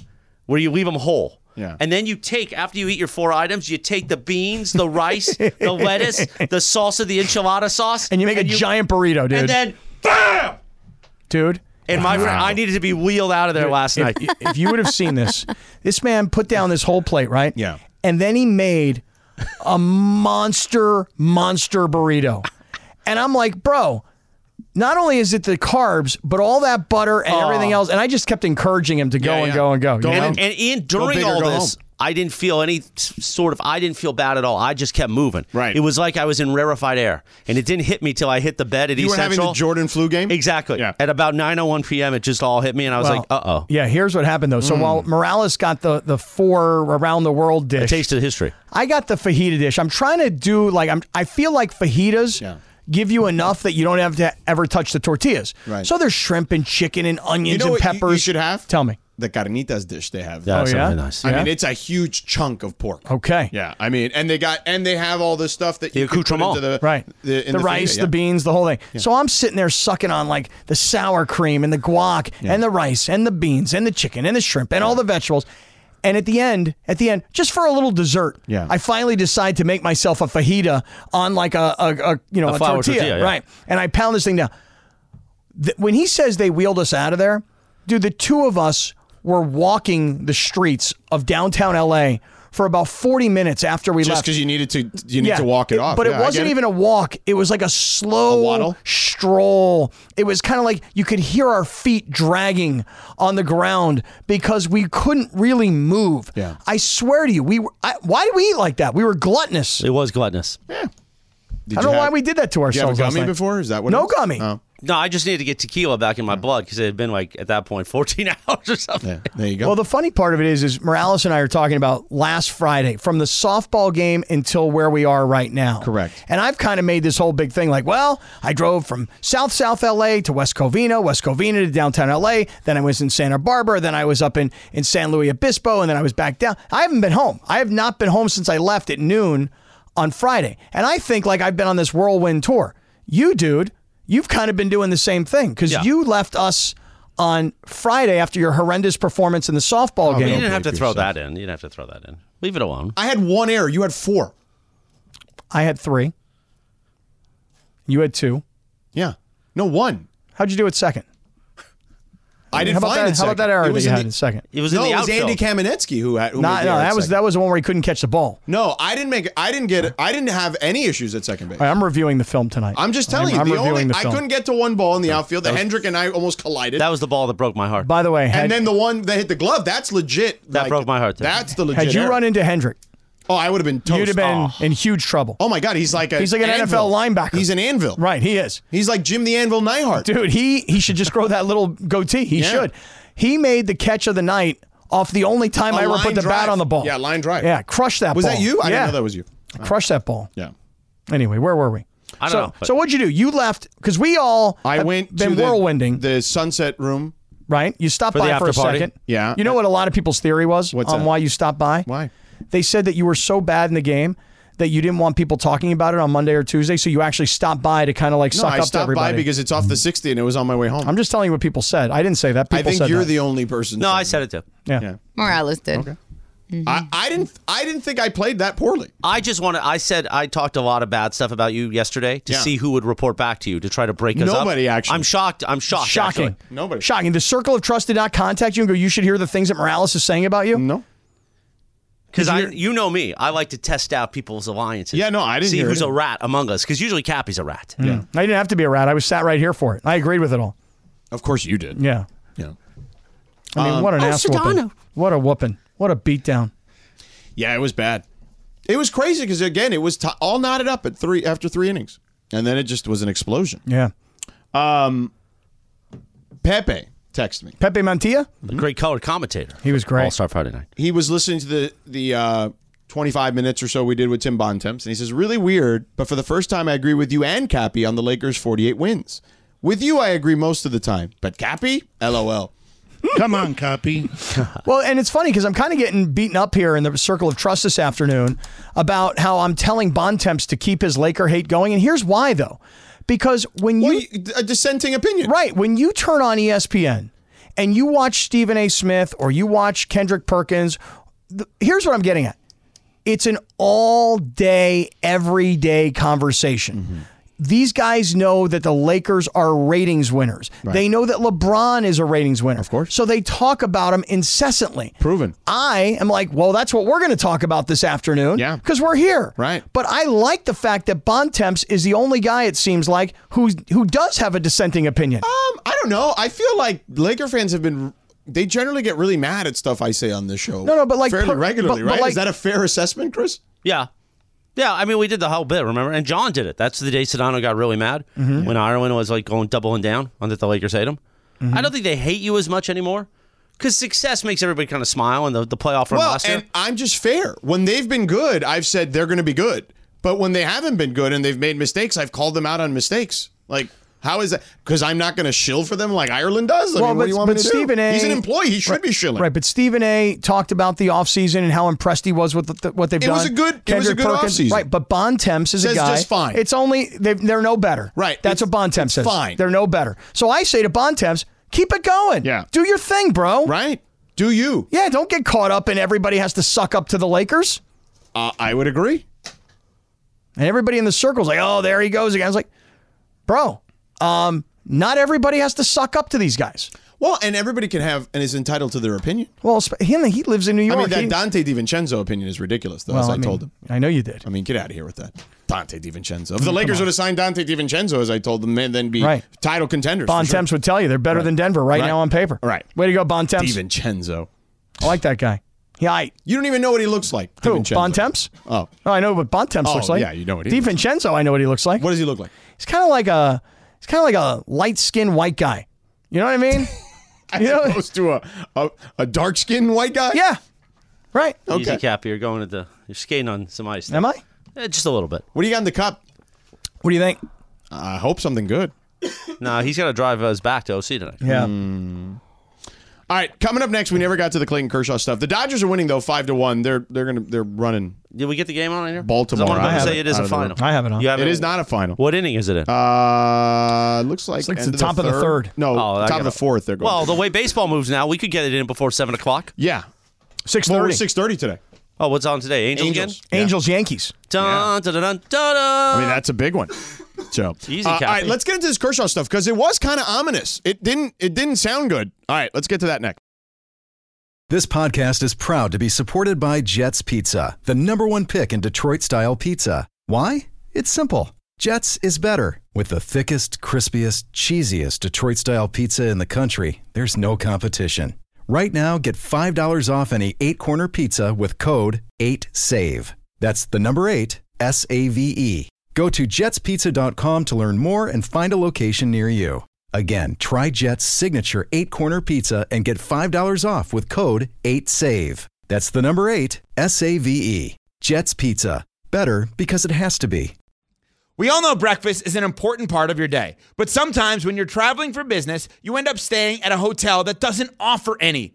[SPEAKER 2] where you leave them whole.
[SPEAKER 3] Yeah.
[SPEAKER 2] And then you take after you eat your four items, you take the beans, the rice, the lettuce, the salsa, the enchilada sauce,
[SPEAKER 4] And you make a giant burrito, dude.
[SPEAKER 2] and then.
[SPEAKER 4] dude.
[SPEAKER 2] And my friend, I needed to be wheeled out of there last night.
[SPEAKER 4] if you would have seen this, this man put down this whole plate, right?
[SPEAKER 3] Yeah.
[SPEAKER 4] And then he made a monster, monster burrito. And I'm like, bro, not only is it the carbs, but all that butter and everything else. And I just kept encouraging him to go
[SPEAKER 3] Yeah,
[SPEAKER 4] and
[SPEAKER 3] yeah.
[SPEAKER 4] go and go.
[SPEAKER 3] Go
[SPEAKER 4] you know?
[SPEAKER 2] And, and Ian,
[SPEAKER 3] big
[SPEAKER 2] during
[SPEAKER 3] or
[SPEAKER 2] all
[SPEAKER 3] go
[SPEAKER 2] this,
[SPEAKER 3] home.
[SPEAKER 2] I didn't feel any s- sort of. I didn't feel bad at all. I just kept moving.
[SPEAKER 3] Right.
[SPEAKER 2] It was like I was in rarefied air, and it didn't hit me till I hit the bed at
[SPEAKER 3] You
[SPEAKER 2] East
[SPEAKER 3] were having
[SPEAKER 2] Central.
[SPEAKER 3] the Jordan flu game.
[SPEAKER 2] Exactly.
[SPEAKER 3] Yeah.
[SPEAKER 2] At about 9:01 p.m., it just all hit me, and I was like,
[SPEAKER 4] Well,
[SPEAKER 2] "Uh oh."
[SPEAKER 4] Yeah, here's what happened though. So while Morales got the the four around the world dish,
[SPEAKER 2] Taste of history.
[SPEAKER 4] I got the fajita dish. I'm trying to do like I'm. I feel like fajitas
[SPEAKER 3] Yeah.
[SPEAKER 4] give you enough that you don't have to ever touch the tortillas.
[SPEAKER 3] Right.
[SPEAKER 4] So there's shrimp and chicken and
[SPEAKER 3] You
[SPEAKER 4] onions
[SPEAKER 3] know
[SPEAKER 4] and
[SPEAKER 3] what you-
[SPEAKER 4] peppers.
[SPEAKER 3] you should have?
[SPEAKER 4] Tell me. Oh,
[SPEAKER 3] the carnitas dish they have.
[SPEAKER 2] That's
[SPEAKER 4] yeah?
[SPEAKER 2] really nice.
[SPEAKER 3] I
[SPEAKER 4] Yeah. Oh,
[SPEAKER 3] mean, it's a huge chunk of pork.
[SPEAKER 4] Okay.
[SPEAKER 3] Yeah, I mean, and they got and they have all this stuff that
[SPEAKER 2] The
[SPEAKER 3] you can put
[SPEAKER 2] accoutrement.
[SPEAKER 3] into the
[SPEAKER 4] Right.
[SPEAKER 3] the,
[SPEAKER 4] The,
[SPEAKER 3] in the,
[SPEAKER 4] rice,
[SPEAKER 3] fajita,
[SPEAKER 4] the
[SPEAKER 3] yeah.
[SPEAKER 4] beans, the whole thing. So I'm sitting there sucking on like the sour cream and the guac and the rice and the beans and the chicken and the shrimp and all the vegetables. And at the end, at the end, just for a little dessert,
[SPEAKER 3] Yeah.
[SPEAKER 4] I finally decide to make myself a fajita on like a, a, a you know
[SPEAKER 2] A
[SPEAKER 4] a,
[SPEAKER 2] flour
[SPEAKER 4] tortilla,
[SPEAKER 2] tortilla, yeah.
[SPEAKER 4] right? And I pound this thing down. Th- when he says they wheeled us out of there, dude, the two of us were walking the streets of downtown LA for about 40 minutes after we
[SPEAKER 3] Just
[SPEAKER 4] left.
[SPEAKER 3] because you needed to, you need to walk it off.
[SPEAKER 4] But
[SPEAKER 3] Yeah,
[SPEAKER 4] it
[SPEAKER 3] I
[SPEAKER 4] wasn't
[SPEAKER 3] get
[SPEAKER 4] even a walk. It was like a slow
[SPEAKER 3] A waddle?
[SPEAKER 4] stroll. It was kind of like you could hear our feet dragging on the ground because we couldn't really move.
[SPEAKER 3] Yeah.
[SPEAKER 4] I swear to you, we were, I, why did we eat like that? We were gluttonous.
[SPEAKER 2] It was gluttonous.
[SPEAKER 3] Did
[SPEAKER 4] I
[SPEAKER 3] you
[SPEAKER 4] don't know
[SPEAKER 3] have-
[SPEAKER 4] why we did that to
[SPEAKER 3] Did you have a
[SPEAKER 4] ourselves. last
[SPEAKER 3] gummy
[SPEAKER 4] night.
[SPEAKER 3] before? Is that what?
[SPEAKER 4] No
[SPEAKER 3] it is?
[SPEAKER 4] gummy.
[SPEAKER 3] Oh,
[SPEAKER 2] No, I just needed to get tequila back in my blood because it had been like at that point 14 hours or something.
[SPEAKER 3] yeah. There you go.
[SPEAKER 4] Well, the funny part of it is, is Morales and I are talking about last Friday, from the softball game until where we are right now.
[SPEAKER 3] Correct.
[SPEAKER 4] And I've kind of made this whole big thing like, well, I drove from South South LA to West Covina, West Covina to downtown LA. Then I was in Santa Barbara. Then I was up in in San Luis Obispo, and then I was back down. I haven't been home. I have not been home since I left at noon on Friday. And I think like I've been on this whirlwind tour. You, dude, you've kind of been doing the same thing because
[SPEAKER 2] Yeah.
[SPEAKER 4] you left us on Friday after your horrendous performance in the softball
[SPEAKER 2] You
[SPEAKER 4] game.
[SPEAKER 2] Oh, didn't have to throw that in. You didn't have to throw that in. Leave it alone.
[SPEAKER 3] I had one error. You had four.
[SPEAKER 4] I had three. You had two.
[SPEAKER 3] Yeah. No one.
[SPEAKER 4] How'd you do at second?
[SPEAKER 3] I didn't
[SPEAKER 4] How about
[SPEAKER 3] find
[SPEAKER 4] that?
[SPEAKER 3] it.
[SPEAKER 4] How about that error that you had in second?
[SPEAKER 2] It was
[SPEAKER 3] no,
[SPEAKER 2] in the
[SPEAKER 3] it was
[SPEAKER 2] outfield.
[SPEAKER 3] Andy Kamenetsky who had. Who
[SPEAKER 4] Not,
[SPEAKER 3] made the
[SPEAKER 4] no,
[SPEAKER 3] error
[SPEAKER 4] that
[SPEAKER 3] at
[SPEAKER 4] was
[SPEAKER 3] second.
[SPEAKER 4] that was the one where he couldn't catch the ball.
[SPEAKER 3] No, I didn't make. I didn't get. I didn't have any issues at second base.
[SPEAKER 4] All right, I'm reviewing the film tonight.
[SPEAKER 3] I'm just telling
[SPEAKER 4] I'm
[SPEAKER 3] you. The
[SPEAKER 4] reviewing
[SPEAKER 3] only
[SPEAKER 4] the
[SPEAKER 3] I
[SPEAKER 4] film.
[SPEAKER 3] couldn't get to one ball in the outfield. The Hendrick and I almost collided.
[SPEAKER 2] that was the ball that broke my heart.
[SPEAKER 4] By the way, had,
[SPEAKER 3] and then the one that hit the glove. That's legit.
[SPEAKER 2] That broke my heart, though.
[SPEAKER 3] That's the legit.
[SPEAKER 4] had you
[SPEAKER 3] error.
[SPEAKER 4] run into Hendrick,
[SPEAKER 3] Oh, I would have been toast.
[SPEAKER 4] You'd have been
[SPEAKER 3] Oh.
[SPEAKER 4] in huge trouble.
[SPEAKER 3] Oh my God, he's like a
[SPEAKER 4] He's like an NFL linebacker.
[SPEAKER 3] He's an anvil.
[SPEAKER 4] Right, he is.
[SPEAKER 3] He's like Jim the Anvil Neihart.
[SPEAKER 4] Dude, he he should just grow that little goatee. He
[SPEAKER 3] Yeah.
[SPEAKER 4] should. He made the catch of the night off the only time
[SPEAKER 3] A
[SPEAKER 4] I ever
[SPEAKER 3] line
[SPEAKER 4] put the
[SPEAKER 3] drive.
[SPEAKER 4] bat on the ball.
[SPEAKER 3] Yeah, line drive.
[SPEAKER 4] Yeah, crush that
[SPEAKER 3] Was
[SPEAKER 4] ball.
[SPEAKER 3] that you? I
[SPEAKER 4] yeah.
[SPEAKER 3] didn't know that was you.
[SPEAKER 4] Crush that ball.
[SPEAKER 3] Yeah.
[SPEAKER 4] Anyway, where were we?
[SPEAKER 2] I don't
[SPEAKER 4] so,
[SPEAKER 2] know, but-
[SPEAKER 4] So what'd you do? You left because we all
[SPEAKER 3] I
[SPEAKER 4] have
[SPEAKER 3] went
[SPEAKER 4] been
[SPEAKER 3] to the,
[SPEAKER 4] whirlwinding,
[SPEAKER 3] the sunset room.
[SPEAKER 4] right? You stopped
[SPEAKER 2] For the
[SPEAKER 4] by for a
[SPEAKER 2] after party?
[SPEAKER 4] second.
[SPEAKER 3] Yeah.
[SPEAKER 4] You know what a lot of people's theory was
[SPEAKER 3] What's
[SPEAKER 4] on
[SPEAKER 3] that?
[SPEAKER 4] why you stopped by?
[SPEAKER 3] Why?
[SPEAKER 4] They said that you were so bad in the game that you didn't want people talking about it on Monday or Tuesday, so you actually stopped by to kind of like
[SPEAKER 3] No,
[SPEAKER 4] suck
[SPEAKER 3] I
[SPEAKER 4] up to
[SPEAKER 3] stopped
[SPEAKER 4] everybody.
[SPEAKER 3] by because it's off the 60 and it was on my way home.
[SPEAKER 4] I'm just telling you what people said. I didn't say that. People
[SPEAKER 3] I think
[SPEAKER 4] said
[SPEAKER 3] you're
[SPEAKER 4] that.
[SPEAKER 3] the only person.
[SPEAKER 2] No,
[SPEAKER 3] saying
[SPEAKER 2] I said it Mm-hmm. too.
[SPEAKER 4] yeah.
[SPEAKER 3] Yeah.
[SPEAKER 6] Morales did.
[SPEAKER 3] I, I didn't. I didn't think I played that poorly.
[SPEAKER 2] I just want to. I said I talked a lot of bad stuff about you yesterday to
[SPEAKER 3] Yeah.
[SPEAKER 2] see who would report back to you to try to break us up.
[SPEAKER 3] Nobody, actually.
[SPEAKER 2] I'm shocked. I'm shocked.
[SPEAKER 4] Ah, Shocking.
[SPEAKER 2] actually.
[SPEAKER 3] Nobody.
[SPEAKER 4] Shocking. The circle of trust did not contact you and go, you should hear the things that Morales is saying about you?
[SPEAKER 3] No.
[SPEAKER 2] Because I, you know me, I like to test out people's alliances.
[SPEAKER 3] Yeah, no, I didn't
[SPEAKER 2] see
[SPEAKER 3] hear
[SPEAKER 2] who's
[SPEAKER 3] it.
[SPEAKER 2] a rat among us. Because usually Cappy's a rat.
[SPEAKER 3] Yeah.
[SPEAKER 4] I didn't have to be a rat. I was sat right here for it. I agreed with it all.
[SPEAKER 3] Of course you did.
[SPEAKER 4] Yeah.
[SPEAKER 3] Yeah.
[SPEAKER 4] I
[SPEAKER 3] Um,
[SPEAKER 4] mean, what an ass whooping.
[SPEAKER 2] Sedano.
[SPEAKER 4] What a whooping. What a beatdown.
[SPEAKER 3] Yeah, it was bad. It was crazy because again, it was t- all knotted up at three after three innings, and then it just was an explosion.
[SPEAKER 4] Yeah.
[SPEAKER 3] Pepe texted me.
[SPEAKER 4] Pepe Mantilla?
[SPEAKER 2] A great color commentator.
[SPEAKER 4] He was great.
[SPEAKER 2] All Star Hmm? Friday night.
[SPEAKER 3] He was listening to the the uh, 25 minutes or so we did with Tim Bontemps, and he says, "Really weird, but for the first time, I agree with you and Cappy on the Lakers' 48 wins. With you, I agree most of the time, but Cappy, lol."
[SPEAKER 7] Come on, copy.
[SPEAKER 4] Well, and it's funny because I'm kind of getting beaten up here in the circle of trust this afternoon about how I'm telling Bontemps to keep his Laker hate going. And here's why, though. Because when
[SPEAKER 3] Well,
[SPEAKER 4] you
[SPEAKER 3] you- a dissenting opinion,
[SPEAKER 4] Right. When you turn on E ESPN and you watch Stephen A. Smith or you watch Kendrick Perkins, th- here's what I'm getting at it's an all day, everyday conversation. These guys know that the Lakers are ratings winners. They know that LeBron is a ratings winner. Of course. So they talk about him incessantly.
[SPEAKER 3] Proven.
[SPEAKER 4] I am like, well, that's what we're going to talk about this afternoon.
[SPEAKER 3] Yeah.
[SPEAKER 4] Because we're here.
[SPEAKER 3] Right.
[SPEAKER 4] But I like the fact that Bontemps is the only guy, it seems like, who, who does have a dissenting opinion.
[SPEAKER 3] Um, I don't know. I feel like Laker fans have been. They generally get really mad at stuff I say on this show.
[SPEAKER 4] No, no, but like
[SPEAKER 3] fairly
[SPEAKER 4] per-
[SPEAKER 3] regularly,
[SPEAKER 4] but- but
[SPEAKER 3] right?
[SPEAKER 4] like-
[SPEAKER 3] Is that a fair assessment, Chris?
[SPEAKER 2] Yeah. Yeah, I mean, we did the whole bit, remember? And John did it. That's the day Sedano got really mad
[SPEAKER 3] Mm-hmm.
[SPEAKER 2] when Ireland was like going doubling down on that the Lakers hate him.
[SPEAKER 3] Mm-hmm.
[SPEAKER 2] I don't think they hate you as much anymore because success makes everybody kind of smile and the, the playoff run
[SPEAKER 3] Well,
[SPEAKER 2] last year.
[SPEAKER 3] and I'm just fair. When they've been good, I've said they're going to be good. But when they haven't been good and they've made mistakes, I've called them out on mistakes. Like, how is that? Because I'm not going to shill for them like Ireland does. I
[SPEAKER 4] Well,
[SPEAKER 3] mean, what
[SPEAKER 4] but-
[SPEAKER 3] do you want me
[SPEAKER 4] but
[SPEAKER 3] to
[SPEAKER 4] Stephen
[SPEAKER 3] do?
[SPEAKER 4] A-
[SPEAKER 3] He's an employee. He should be shilling.
[SPEAKER 4] Right, but Stephen A. talked about the offseason and how impressed he was with the, what they've
[SPEAKER 3] It
[SPEAKER 4] done.
[SPEAKER 3] was a good- it was a
[SPEAKER 4] Kendrick
[SPEAKER 3] good
[SPEAKER 4] Perkins-
[SPEAKER 3] offseason.
[SPEAKER 4] Right, but Bontemps is a
[SPEAKER 3] Says
[SPEAKER 4] guy.
[SPEAKER 3] just fine.
[SPEAKER 4] It's only they've- they're no better.
[SPEAKER 3] Right,
[SPEAKER 4] that's
[SPEAKER 3] it's-
[SPEAKER 4] what Bontemps
[SPEAKER 3] it's
[SPEAKER 4] says.
[SPEAKER 3] fine.
[SPEAKER 4] they're no better. So I say to Bontemps, keep it going.
[SPEAKER 3] Yeah.
[SPEAKER 4] do your thing, bro.
[SPEAKER 3] Right? Do you?
[SPEAKER 4] Yeah, don't get caught up and everybody has to suck up to the Lakers.
[SPEAKER 3] Uh, I would agree.
[SPEAKER 4] And everybody in the circle's like, oh, there he goes again. I was like, bro, um, not everybody has to suck up to these guys.
[SPEAKER 3] Well, and everybody can have and is entitled to their opinion.
[SPEAKER 4] Well, sp- him, he lives in New York.
[SPEAKER 3] I mean, that
[SPEAKER 4] He-
[SPEAKER 3] Dante DiVincenzo opinion is ridiculous, though,
[SPEAKER 4] well,
[SPEAKER 3] as I,
[SPEAKER 4] mean,
[SPEAKER 3] told him.
[SPEAKER 4] I know you did.
[SPEAKER 3] I mean, get out of here with that. Dante DiVincenzo. If the Lakers would have signed Dante DiVincenzo, as I told them, they'd then be
[SPEAKER 4] Right.
[SPEAKER 3] title contenders. for
[SPEAKER 4] Bontemps
[SPEAKER 3] sure.
[SPEAKER 4] would tell you they're better than Denver right,
[SPEAKER 3] Right.
[SPEAKER 4] now on paper.
[SPEAKER 3] Right.
[SPEAKER 4] Way to go, Bontemps.
[SPEAKER 3] DiVincenzo.
[SPEAKER 4] I like that guy. Yeah, I,
[SPEAKER 3] You don't even know what he looks like.
[SPEAKER 4] who?
[SPEAKER 3] DiVincenzo.
[SPEAKER 4] Bontemps?
[SPEAKER 3] Oh.
[SPEAKER 4] Oh, I know what Bontemps
[SPEAKER 3] Oh,
[SPEAKER 4] looks like.
[SPEAKER 3] yeah, you know what he looks
[SPEAKER 4] DiVincenzo, I know what he looks like.
[SPEAKER 3] What does he look like?
[SPEAKER 4] He's kind of like a he's kind of like a light-skinned white guy. You know what I mean?
[SPEAKER 3] As
[SPEAKER 4] You know-
[SPEAKER 3] opposed to a, a, a dark skinned white guy?
[SPEAKER 4] yeah. Right.
[SPEAKER 2] Easy
[SPEAKER 3] Okay.
[SPEAKER 2] cap, you're going at the you're skating on some ice.
[SPEAKER 4] Am I?
[SPEAKER 2] Eh, just a little bit.
[SPEAKER 3] What do you got in the cup?
[SPEAKER 4] What do you think?
[SPEAKER 3] I hope something good.
[SPEAKER 2] No, he's got to drive us back to OC tonight.
[SPEAKER 3] Hmm.
[SPEAKER 4] Yeah.
[SPEAKER 3] All right, coming up next, we never got to the Clayton Kershaw stuff. The Dodgers are winning though, five to one. They're they're gonna they're running.
[SPEAKER 2] Did we get the game on here? 'Cause
[SPEAKER 3] Baltimore,
[SPEAKER 2] I want
[SPEAKER 3] I
[SPEAKER 2] to
[SPEAKER 3] have
[SPEAKER 2] say
[SPEAKER 3] it
[SPEAKER 2] it is
[SPEAKER 3] out
[SPEAKER 2] a
[SPEAKER 3] of the room.
[SPEAKER 2] final.
[SPEAKER 4] I have it on.
[SPEAKER 2] You have
[SPEAKER 3] It is not a final.
[SPEAKER 2] What inning is it in?
[SPEAKER 3] Uh, looks like,
[SPEAKER 4] like
[SPEAKER 3] end
[SPEAKER 4] the
[SPEAKER 3] of
[SPEAKER 4] top of the third.
[SPEAKER 3] No,
[SPEAKER 2] Oh, I
[SPEAKER 3] top
[SPEAKER 2] got
[SPEAKER 3] of the
[SPEAKER 2] it.
[SPEAKER 3] fourth. They're going.
[SPEAKER 2] well, the way baseball moves now, we could get it in before seven o'clock.
[SPEAKER 3] yeah,
[SPEAKER 4] Six
[SPEAKER 3] well, we're
[SPEAKER 4] thirty.
[SPEAKER 3] six thirty today.
[SPEAKER 2] Oh, what's on today? Angels,
[SPEAKER 3] Angels.
[SPEAKER 2] again.
[SPEAKER 4] Angels, Yankees.
[SPEAKER 2] Dun, dun, dun, dun, dun, dun.
[SPEAKER 3] I mean, that's a big one. So
[SPEAKER 2] Easy,
[SPEAKER 3] Uh, all
[SPEAKER 2] Cappy.
[SPEAKER 3] right, let's get into this Kershaw stuff because it was kind of ominous. It didn't. It didn't sound good. All right, let's get to that next.
[SPEAKER 8] This podcast is proud to be supported by Jets Pizza, the number one pick in Detroit style pizza. Why? It's simple. Jets is better. With the thickest, crispiest, cheesiest Detroit style pizza in the country, there's no competition. Right now, get $5 off any eight corner pizza with code 8SAVE. That's the number eight, S A V E. Go to jetspizza.com to learn more and find a location near you. Again, try Jet's signature eight corner pizza and get $5 off with code 8SAVE. That's the number eight, S A V E. Jet's Pizza. Better because it has to be.
[SPEAKER 9] We all know breakfast is an important part of your day, but sometimes when you're traveling for business, you end up staying at a hotel that doesn't offer any.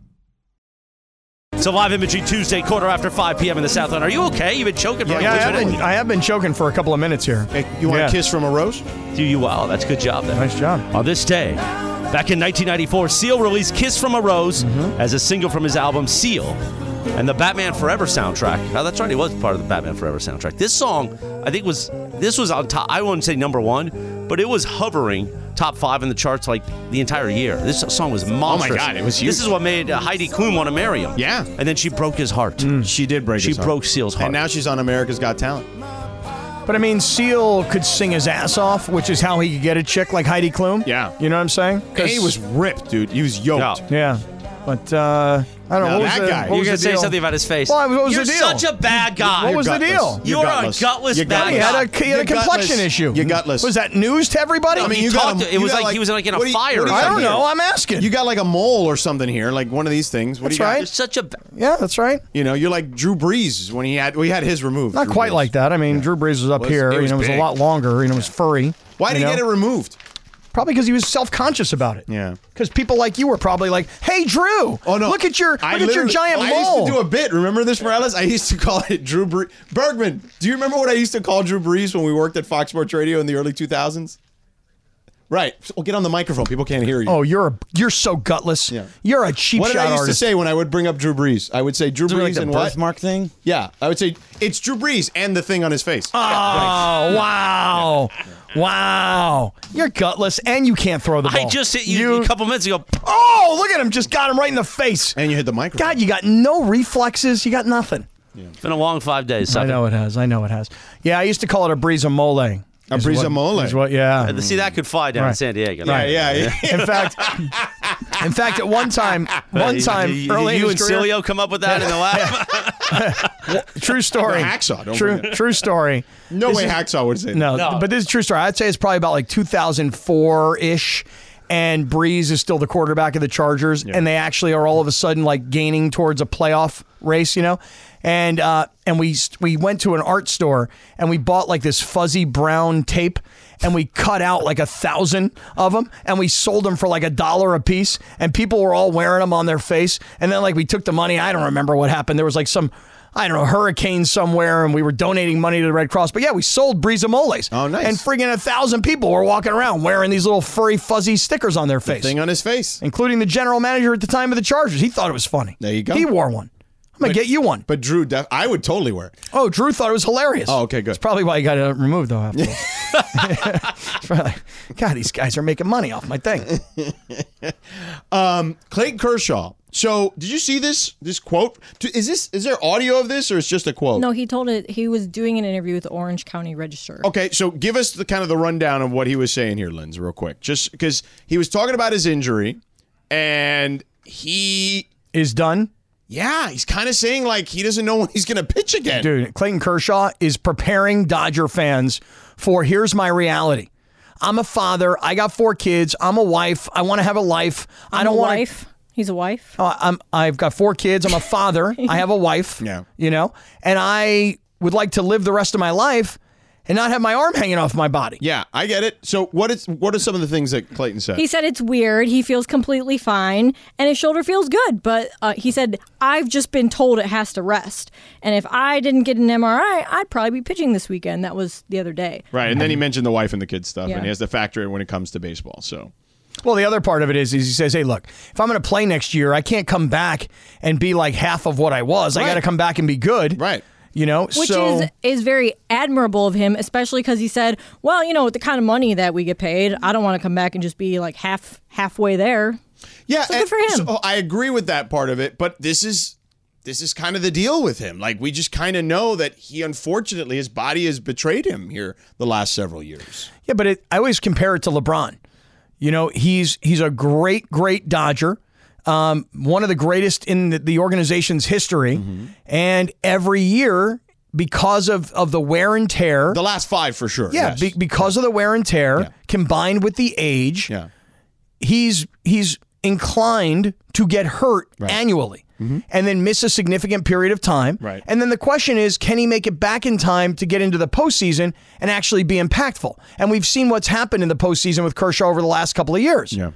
[SPEAKER 2] It's a live imagery Tuesday, quarter after 5 p.m. in the Southland. Are you okay? You've been choking for
[SPEAKER 4] Yeah, I
[SPEAKER 2] like
[SPEAKER 4] have,
[SPEAKER 2] a
[SPEAKER 4] been,
[SPEAKER 2] minute.
[SPEAKER 4] I have been choking for a couple of minutes here.
[SPEAKER 3] Hey, you want
[SPEAKER 4] Yeah.
[SPEAKER 3] a kiss from a rose?
[SPEAKER 2] Do you well? That's a good job there.
[SPEAKER 4] Nice job.
[SPEAKER 2] On this day, back in 1994, Seal released Kiss from a Rose
[SPEAKER 4] Mm-hmm.
[SPEAKER 2] as a single from his album Seal and the Batman Forever soundtrack. Oh, that's right, he was part of the Batman Forever soundtrack. This song, I think, was this was on top, I wouldn't say number one, but it was hovering top five in the charts like the entire year. This song
[SPEAKER 9] Oh
[SPEAKER 2] was monstrous.
[SPEAKER 3] God, it was huge.
[SPEAKER 2] This is what made uh, Heidi Klum want to marry him.
[SPEAKER 3] Yeah.
[SPEAKER 2] And then she broke his heart.
[SPEAKER 9] Mm.
[SPEAKER 3] She did break.
[SPEAKER 2] She
[SPEAKER 3] his heart.
[SPEAKER 2] broke Seal's heart.
[SPEAKER 3] and now she's on America's Got Talent.
[SPEAKER 4] But I mean, Seal could sing his ass off, which is how he could get a chick like Heidi Klum.
[SPEAKER 3] Yeah.
[SPEAKER 4] You know what I'm saying? 'Cause-
[SPEAKER 3] And he was ripped, dude. He was yoked.
[SPEAKER 2] Yeah.
[SPEAKER 4] Yeah. But uh, I don't know.
[SPEAKER 3] Now
[SPEAKER 4] What was
[SPEAKER 3] that
[SPEAKER 4] the,
[SPEAKER 3] guy.
[SPEAKER 4] What
[SPEAKER 2] You're
[SPEAKER 4] was the
[SPEAKER 2] going to say
[SPEAKER 4] deal?
[SPEAKER 2] something about his face.
[SPEAKER 4] Well, what was
[SPEAKER 2] You're
[SPEAKER 4] the deal?
[SPEAKER 2] such a bad guy.
[SPEAKER 4] What was the deal?
[SPEAKER 2] You're a gutless bad
[SPEAKER 4] he had a, he had
[SPEAKER 3] You're
[SPEAKER 4] a complexion
[SPEAKER 3] gutless.
[SPEAKER 4] issue.
[SPEAKER 3] You're gutless.
[SPEAKER 4] Was that news to everybody?
[SPEAKER 2] I mean,
[SPEAKER 3] you
[SPEAKER 2] he
[SPEAKER 3] got
[SPEAKER 2] talked
[SPEAKER 3] him-
[SPEAKER 2] to- it
[SPEAKER 3] you
[SPEAKER 2] was
[SPEAKER 3] got
[SPEAKER 2] like, he was like in a
[SPEAKER 3] what do you-
[SPEAKER 2] fire.
[SPEAKER 3] what do you
[SPEAKER 2] or
[SPEAKER 4] I
[SPEAKER 3] got
[SPEAKER 4] don't
[SPEAKER 2] something.
[SPEAKER 4] know.
[SPEAKER 3] here?
[SPEAKER 4] I'm asking.
[SPEAKER 3] You got like a mole or something here, like one of these things. What
[SPEAKER 4] That's
[SPEAKER 3] do you got?
[SPEAKER 4] right.
[SPEAKER 2] You're such a. ba-
[SPEAKER 4] yeah, that's right.
[SPEAKER 3] You know, you're like Drew Brees when he had we had his removed.
[SPEAKER 4] Not
[SPEAKER 3] Drew
[SPEAKER 4] quite
[SPEAKER 3] Brees.
[SPEAKER 4] like that. I mean, Drew Brees was up
[SPEAKER 3] Was-
[SPEAKER 4] here.
[SPEAKER 3] it
[SPEAKER 4] you
[SPEAKER 3] was
[SPEAKER 4] know, it was a
[SPEAKER 3] big.
[SPEAKER 4] lot longer. You know, it was furry.
[SPEAKER 3] Why did
[SPEAKER 4] you
[SPEAKER 3] he
[SPEAKER 4] know?
[SPEAKER 3] get it removed?
[SPEAKER 4] Probably because he was self-conscious about it.
[SPEAKER 3] Yeah.
[SPEAKER 4] Because people like you were probably like, "Hey, Drew,
[SPEAKER 3] Oh no!
[SPEAKER 4] look at your
[SPEAKER 3] I
[SPEAKER 4] look at your
[SPEAKER 3] literally-
[SPEAKER 4] giant
[SPEAKER 3] I
[SPEAKER 4] mole."
[SPEAKER 3] used to do a bit. Remember this, Morales? I used to call it Drew Bre- Bergman. Do you remember what I used to call Drew Brees when we worked at Fox Sports Radio in the early 2000s? Right. So, well, get on the microphone. People can't hear you.
[SPEAKER 4] Oh, you're a, you're so gutless.
[SPEAKER 3] Yeah.
[SPEAKER 4] You're a cheap
[SPEAKER 3] what did
[SPEAKER 4] shot
[SPEAKER 3] I used
[SPEAKER 4] artist.
[SPEAKER 3] to say when I would bring up Drew Brees? I would say Drew Brees
[SPEAKER 10] like the
[SPEAKER 3] and what?
[SPEAKER 10] birthmark thing?
[SPEAKER 3] Yeah, I would say it's Drew Brees and the thing on his face.
[SPEAKER 4] Oh wow, wow! You're gutless, and you can't throw the ball.
[SPEAKER 2] I just hit you, a couple minutes ago.
[SPEAKER 4] Oh, look at him! Just got him right in the face.
[SPEAKER 3] and you hit the microphone.
[SPEAKER 4] God, you got no reflexes. You got nothing.
[SPEAKER 2] It's been a long five days.
[SPEAKER 4] I
[SPEAKER 2] sucker.
[SPEAKER 4] know it has. I know it has. Yeah, I used to call it a brisa mole. A
[SPEAKER 3] brisa mole.
[SPEAKER 4] Is what? Yeah.
[SPEAKER 2] See, that could fly down in
[SPEAKER 4] Right.
[SPEAKER 2] San Diego.
[SPEAKER 3] yeah, yeah, yeah.
[SPEAKER 4] In fact, in fact, at one time, one time
[SPEAKER 2] Uh, you, you-
[SPEAKER 4] early in
[SPEAKER 2] you and
[SPEAKER 4] his career-
[SPEAKER 2] Cilio come up with that in the lab.
[SPEAKER 4] True story.
[SPEAKER 3] No, Hacksaw, don't
[SPEAKER 4] true.
[SPEAKER 3] forget.
[SPEAKER 4] True story.
[SPEAKER 3] No
[SPEAKER 4] This
[SPEAKER 3] way
[SPEAKER 4] is-
[SPEAKER 3] Hacksaw would say that.
[SPEAKER 4] No,
[SPEAKER 2] No.
[SPEAKER 4] but this is a true story. I'd say it's probably about like 2004 ish. And Breeze is still the quarterback of the Chargers, and they actually are all of a sudden like gaining towards a playoff race, you know. And uh, and we we went to an art store and we bought like this fuzzy brown tape, and we cut out like a thousand of them, and we sold them for like a dollar a piece, and people were all wearing them on their face, and then like we took the money. I don't remember what happened. There was like some. I don't know, hurricane somewhere, and we were donating money to the Red Cross. But yeah, we sold Breeza Moles.
[SPEAKER 3] Oh, nice.
[SPEAKER 4] And friggin' a thousand people were walking around wearing these little furry, fuzzy stickers on their face,
[SPEAKER 3] Thing on his face.
[SPEAKER 4] including the general manager at the time of the Chargers. He thought it was funny.
[SPEAKER 3] There you go.
[SPEAKER 4] He wore one. I'm going to get you one.
[SPEAKER 3] But Drew, def- I would totally wear it.
[SPEAKER 4] oh, Drew thought it was hilarious.
[SPEAKER 3] Oh, okay, good.
[SPEAKER 4] It's probably why he got it removed, though, afterwards. It's probably- God, these guys are making money off my thing.
[SPEAKER 3] Clayton Kershaw. So, did you see this this quote? Do- Is this is there audio of this or it's just a quote?
[SPEAKER 5] No, he told it. He was doing an interview with the Orange County Register.
[SPEAKER 6] Oh,
[SPEAKER 3] Okay, so give us the kind of the rundown of what he was saying here, Linz, real quick. Just because he was talking about his injury, and he,
[SPEAKER 4] Is done.
[SPEAKER 3] yeah, he's kind of saying like he doesn't know when he's going to pitch again.
[SPEAKER 4] Dude, Clayton Kershaw is preparing Dodger fans for here's my reality. I'm a father. I got four kids. I'm a wife. I want to have a life. I'm I do
[SPEAKER 5] a
[SPEAKER 4] not want to.
[SPEAKER 5] wife. He's a wife.
[SPEAKER 6] Oh.
[SPEAKER 4] Uh, I'm, I've got four kids. I'm a father. I have a wife.
[SPEAKER 3] Yeah.
[SPEAKER 4] You know, and I would like to live the rest of my life and not have my arm hanging off my body.
[SPEAKER 3] Yeah, I get it. So, what is what are some of the things that Clayton said?
[SPEAKER 5] He said it's weird. He feels completely fine, and his shoulder feels good. But uh, he said, "I've just been told it has to rest, and if I didn't get an MRI, I'd probably be pitching this weekend." That was the other day.
[SPEAKER 3] right, and then he mentioned the wife and the kids stuff,
[SPEAKER 5] Yeah.
[SPEAKER 3] and he has to factor it when it comes to baseball. So,
[SPEAKER 4] Well, the other part of it is, is he says, "Hey, look, if I'm going to play next year, I can't come back and be like half of what I was. I
[SPEAKER 3] Right.
[SPEAKER 4] got to come back and be good."
[SPEAKER 3] Right.
[SPEAKER 4] You know,
[SPEAKER 5] Which
[SPEAKER 4] so
[SPEAKER 5] is is very admirable of him, especially because he said, "Well, you know, with the kind of money that we get paid, I don't want to come back and just be like half halfway there."
[SPEAKER 3] Yeah,
[SPEAKER 5] So good
[SPEAKER 3] and-
[SPEAKER 5] for him.
[SPEAKER 3] so I agree with that part of it, but this is this is kind of the deal with him. Like we just kind of know that he, unfortunately, his body has betrayed him here the last several years.
[SPEAKER 4] Yeah, but it, I always compare it to LeBron. You know, he's he's a great, great Dodger, um, one of the greatest in the, the organization's history, and every year because of of the wear and tear,
[SPEAKER 3] The last five for sure.
[SPEAKER 4] yeah,
[SPEAKER 3] yes.
[SPEAKER 4] be, because of the wear and tear combined with the age,
[SPEAKER 3] yeah.
[SPEAKER 4] he's he's inclined to get hurt annually and then miss a significant period of time.
[SPEAKER 3] Mm-hmm. Right.
[SPEAKER 4] And then the question is, can he make it back in time to get into the postseason and actually be impactful? And we've seen what's happened in the postseason with Kershaw over the last couple of years.
[SPEAKER 3] Yeah.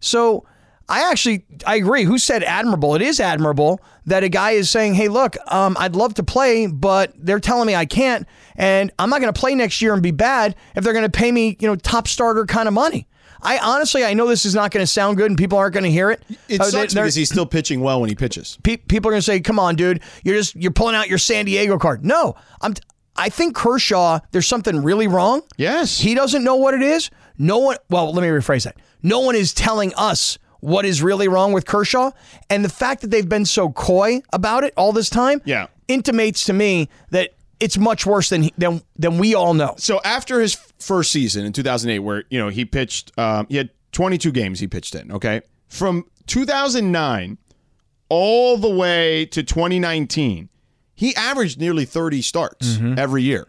[SPEAKER 4] So I actually I agree. Who said admirable? It is admirable that a guy is saying, "Hey, look, um, I'd love to play, but they're telling me I can't, and I'm not going to play next year and be bad if they're going to pay me, you know, top starter kind of money." I honestly, I know this is not going to sound good, and people aren't going to hear it.
[SPEAKER 3] It
[SPEAKER 4] Uh, they-
[SPEAKER 3] sucks
[SPEAKER 4] they're-
[SPEAKER 3] because he's still pitching well when he pitches.
[SPEAKER 4] pe- people are going to say, "Come on, dude, you're just you're pulling out your San Diego card." No, I'm. T- I think Kershaw. There's something really wrong.
[SPEAKER 3] Yes.
[SPEAKER 4] he doesn't know what it is. No one. Well, let me rephrase that. No one is telling us what is really wrong with Kershaw, and the fact that they've been so coy about it all this time.
[SPEAKER 3] Yeah.
[SPEAKER 4] intimates to me that it's much worse than he- than than we all know.
[SPEAKER 3] so after his first season in 2008 where you know he pitched um, he had 22 games he pitched in okay from 2009 all the way to 2019 he averaged nearly 30 starts
[SPEAKER 4] Mm-hmm.
[SPEAKER 3] every year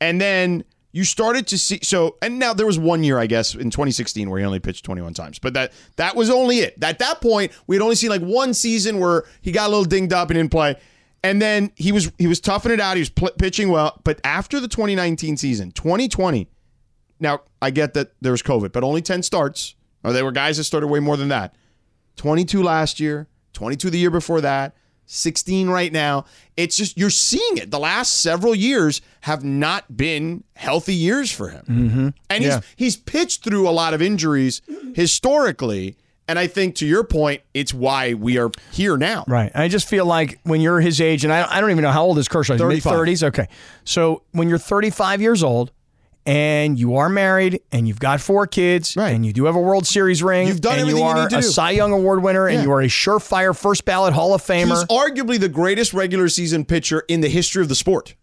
[SPEAKER 3] and then you started to see so and now there was one year i guess in 2016 where he only pitched 21 times but that that was only it at that point we had only seen like one season where he got a little dinged up and didn't play and then he was he was toughing it out he was pl- pitching well but after the 2019 season 2020 now i get that there was covid but only 10 starts or there were guys that started way more than that 22 last year, 22 the year before that, 16 right now. It's just you're seeing it. The last several years have not been healthy years for him. Mm-hmm. And he's he's pitched through a lot of injuries historically. And I think to your point, it's why we are here now.
[SPEAKER 4] Right. I just feel like when you're his age, and I, I don't even know how old is Kershaw.
[SPEAKER 3] 35.
[SPEAKER 4] Mid 30s. Okay. So when you're 35 years old and you are married and you've got four kids
[SPEAKER 3] Right.
[SPEAKER 4] and you do have a World Series ring,
[SPEAKER 3] You've done
[SPEAKER 4] and you
[SPEAKER 3] everything you
[SPEAKER 4] are
[SPEAKER 3] need to
[SPEAKER 4] a
[SPEAKER 3] do.
[SPEAKER 4] Cy Young Award winner and
[SPEAKER 3] Yeah.
[SPEAKER 4] you are a surefire first ballot Hall of
[SPEAKER 3] He's
[SPEAKER 4] Famer.
[SPEAKER 3] arguably the greatest regular season pitcher in the history of the sport.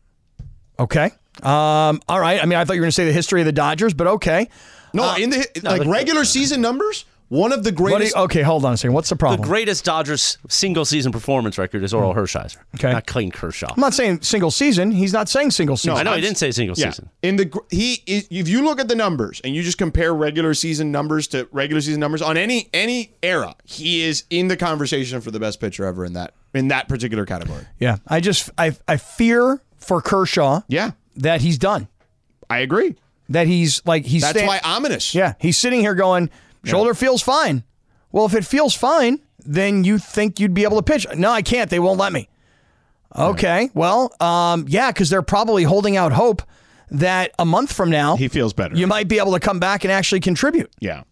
[SPEAKER 4] okay. Um, all right. I mean, I thought you were going to say the history of the Dodgers, but okay.
[SPEAKER 3] Uh, No, in the like regular season numbers, one of the
[SPEAKER 4] What do
[SPEAKER 3] greatest
[SPEAKER 4] you, okay, hold on a second. What's the
[SPEAKER 2] The
[SPEAKER 4] problem?
[SPEAKER 2] greatest Dodgers single season performance record is Oral Hershiser.
[SPEAKER 4] Mm. Okay.
[SPEAKER 2] Not Clayton Kershaw.
[SPEAKER 4] I'm not saying single season. He's not saying single season.
[SPEAKER 2] I know he didn't say single
[SPEAKER 3] Yeah.
[SPEAKER 2] season.
[SPEAKER 3] In the gr- he i- if you look at the numbers and you just compare regular season numbers to regular season numbers on any any era, he is in the conversation for the best pitcher ever in that in that particular category.
[SPEAKER 4] Yeah. I just, I, I fear for Kershaw
[SPEAKER 3] Yeah,
[SPEAKER 4] that he's done.
[SPEAKER 3] I agree.
[SPEAKER 4] That he's like, he's
[SPEAKER 3] That's
[SPEAKER 4] stand-
[SPEAKER 3] why ominous.
[SPEAKER 4] Yeah, he's sitting here going, shoulder feels fine. Well, if it feels fine, then you think you'd be able to pitch. No, I can't. They won't let me. Okay. Well, um, yeah, because they're probably holding out hope that a month from now
[SPEAKER 3] He feels better.
[SPEAKER 4] you might be able to come back and actually contribute.
[SPEAKER 3] yeah.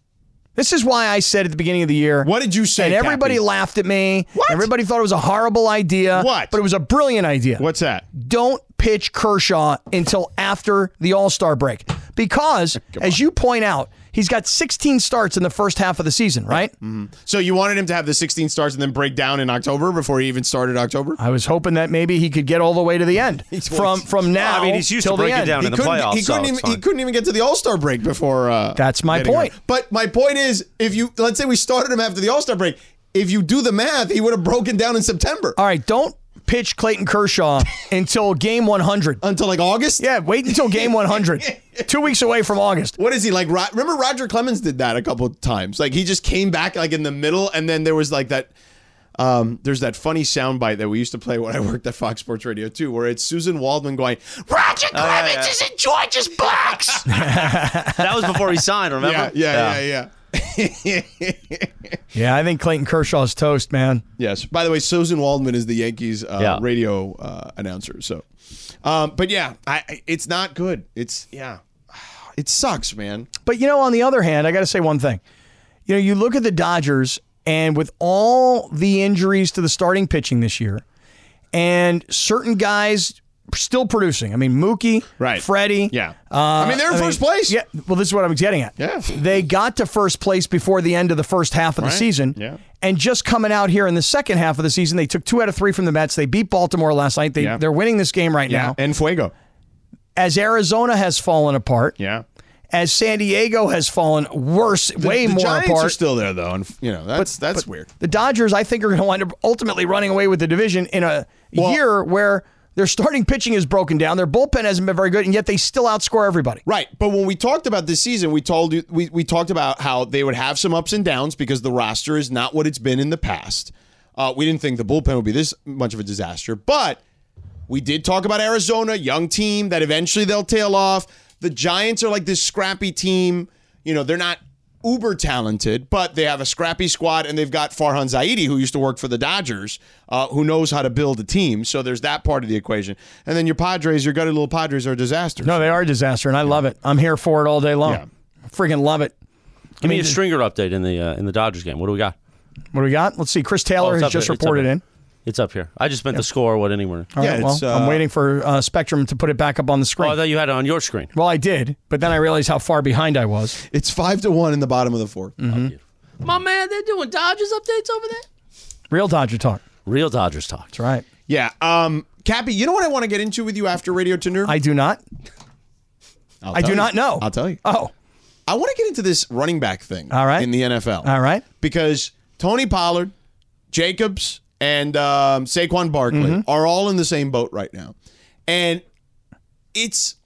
[SPEAKER 4] This is why I said at the beginning of the year.
[SPEAKER 3] What did you say,
[SPEAKER 4] And everybody
[SPEAKER 3] Cappy?
[SPEAKER 4] laughed at me.
[SPEAKER 3] What?
[SPEAKER 4] Everybody thought it was a horrible idea.
[SPEAKER 3] What?
[SPEAKER 4] But it was a brilliant idea
[SPEAKER 3] What's that?
[SPEAKER 4] don't pitch Kershaw until after the All Star break because, as you point out, he's got 16 starts in the first half of the season, right?
[SPEAKER 3] So you wanted him to have the 16 starts and then break down in October before he even started October?
[SPEAKER 4] I was hoping that maybe he could get all the way to the end from from now.
[SPEAKER 2] I mean, he's used to
[SPEAKER 4] till the
[SPEAKER 2] breaking
[SPEAKER 4] end.
[SPEAKER 2] down in the
[SPEAKER 3] couldn't-
[SPEAKER 2] playoffs.
[SPEAKER 3] he
[SPEAKER 2] so
[SPEAKER 3] couldn't
[SPEAKER 2] it's
[SPEAKER 3] even he
[SPEAKER 2] fine.
[SPEAKER 3] couldn't even get to the All Star break before. Uh,
[SPEAKER 4] That's my
[SPEAKER 3] getting
[SPEAKER 4] point.
[SPEAKER 3] hurt. But my point is, if you let's say we started him after the All Star break, if you do the math, he would have broken down in September
[SPEAKER 2] Uh,
[SPEAKER 4] All right, don't pitch Clayton Kershaw until game 100.
[SPEAKER 3] until like August.
[SPEAKER 4] Yeah, wait until game 100. Two weeks away from August.
[SPEAKER 3] What is he like? Ro- Remember Roger Clemens did that a couple of times. Like he just came back like in the middle, and then there was like that. Um, there's that funny soundbite that we used to play when I worked at Fox Sports Radio too, where it's Susan Waldman going, "Roger Clemens
[SPEAKER 2] Oh,
[SPEAKER 3] is in George's box."
[SPEAKER 2] That was before he signed, remember?
[SPEAKER 3] yeah, yeah, yeah, yeah.
[SPEAKER 4] Yeah, I think Clayton Kershaw's toast, man.
[SPEAKER 3] Yes. By the way, Susan Waldman is the Yankees uh,
[SPEAKER 2] Yeah.
[SPEAKER 3] radio uh, announcer. So, um, but yeah, I, I- it's not good. It's yeah, it sucks, man.
[SPEAKER 4] But you know, on the other hand, I got to say one thing. You know, you look at the Dodgers, and with all the injuries to the starting pitching this year, and certain guys still producing. I mean, Mookie,
[SPEAKER 3] Right.
[SPEAKER 4] Freddie.
[SPEAKER 3] Yeah.
[SPEAKER 4] uh,
[SPEAKER 3] I mean, they're in first place.
[SPEAKER 4] Yeah. Well, this is what I was getting at.
[SPEAKER 3] Yeah.
[SPEAKER 4] They got to first place before the end of the first half of the
[SPEAKER 3] Right.
[SPEAKER 4] season.
[SPEAKER 3] Yeah.
[SPEAKER 4] And just coming out here in the second half of the season, they took two out of three from the Mets. They beat Baltimore last night. They,
[SPEAKER 3] Yeah.
[SPEAKER 4] They're winning this game right now.
[SPEAKER 3] And Fuego.
[SPEAKER 4] As Arizona has fallen apart,
[SPEAKER 3] Yeah.
[SPEAKER 4] as San Diego has fallen worse, way
[SPEAKER 3] the
[SPEAKER 4] more
[SPEAKER 3] Giants
[SPEAKER 4] apart.
[SPEAKER 3] are still there though, and you know that's that's weird.
[SPEAKER 4] The Dodgers, I think, are going to wind up ultimately running away with the division in a
[SPEAKER 3] Well-
[SPEAKER 4] year where their starting pitching is broken down, their bullpen hasn't been very good, and yet they still outscore everybody.
[SPEAKER 3] Right, but when we talked about this season, we told you we, we talked about how they would have some ups and downs because the roster is not what it's been in the past. Uh, we didn't think the bullpen would be this much of a disaster, but we did talk about Arizona, young team that eventually they'll tail off. The Giants are like this scrappy team. You know, they're not uber talented, but they have a scrappy squad, and they've got Farhan Zaidi, who used to work for the Dodgers, uh, who knows how to build a team. So there's that part of the equation. And then your Padres, your gutted little Padres are a disaster.
[SPEAKER 4] No, they are a disaster, and I love it. I'm here for it all day long.
[SPEAKER 3] Yeah.
[SPEAKER 4] Freaking love it.
[SPEAKER 2] Give me a Stringer update in the uh, in the Dodgers game. What do we got?
[SPEAKER 4] What do we got? Let's see. Chris Taylor
[SPEAKER 2] Oh,
[SPEAKER 4] has
[SPEAKER 2] it's up
[SPEAKER 4] just
[SPEAKER 2] there. It's up
[SPEAKER 4] reported
[SPEAKER 2] there.
[SPEAKER 4] in.
[SPEAKER 2] It's up here. I just meant the score. What inning we're in?
[SPEAKER 4] All
[SPEAKER 3] Yeah,
[SPEAKER 4] right, well,
[SPEAKER 3] it's,
[SPEAKER 4] I'm
[SPEAKER 3] uh,
[SPEAKER 4] waiting for uh, Spectrum to put it back up on the
[SPEAKER 2] Oh,
[SPEAKER 4] screen.
[SPEAKER 2] I thought you had it on your screen.
[SPEAKER 4] well, I did, but then I realized how far behind I was.
[SPEAKER 3] It's five to one in the bottom of the 4th
[SPEAKER 4] Mm-hmm.
[SPEAKER 2] My man, they're doing Dodgers updates over there.
[SPEAKER 4] Real Dodger talk.
[SPEAKER 2] Real Dodgers talk.
[SPEAKER 4] That's right.
[SPEAKER 3] Yeah. Um, Cappy, you know what I want to get into with you after Radio Tinder?
[SPEAKER 4] I do not. I do not know.
[SPEAKER 3] I'll tell you.
[SPEAKER 4] Oh,
[SPEAKER 3] I want to get into this running back thing.
[SPEAKER 4] All right.
[SPEAKER 3] In the NFL.
[SPEAKER 4] all right.
[SPEAKER 3] Because Tony Pollard, Jacobs, and um, Saquon Barkley
[SPEAKER 4] Mm-hmm.
[SPEAKER 3] are all in the same boat right now, and it's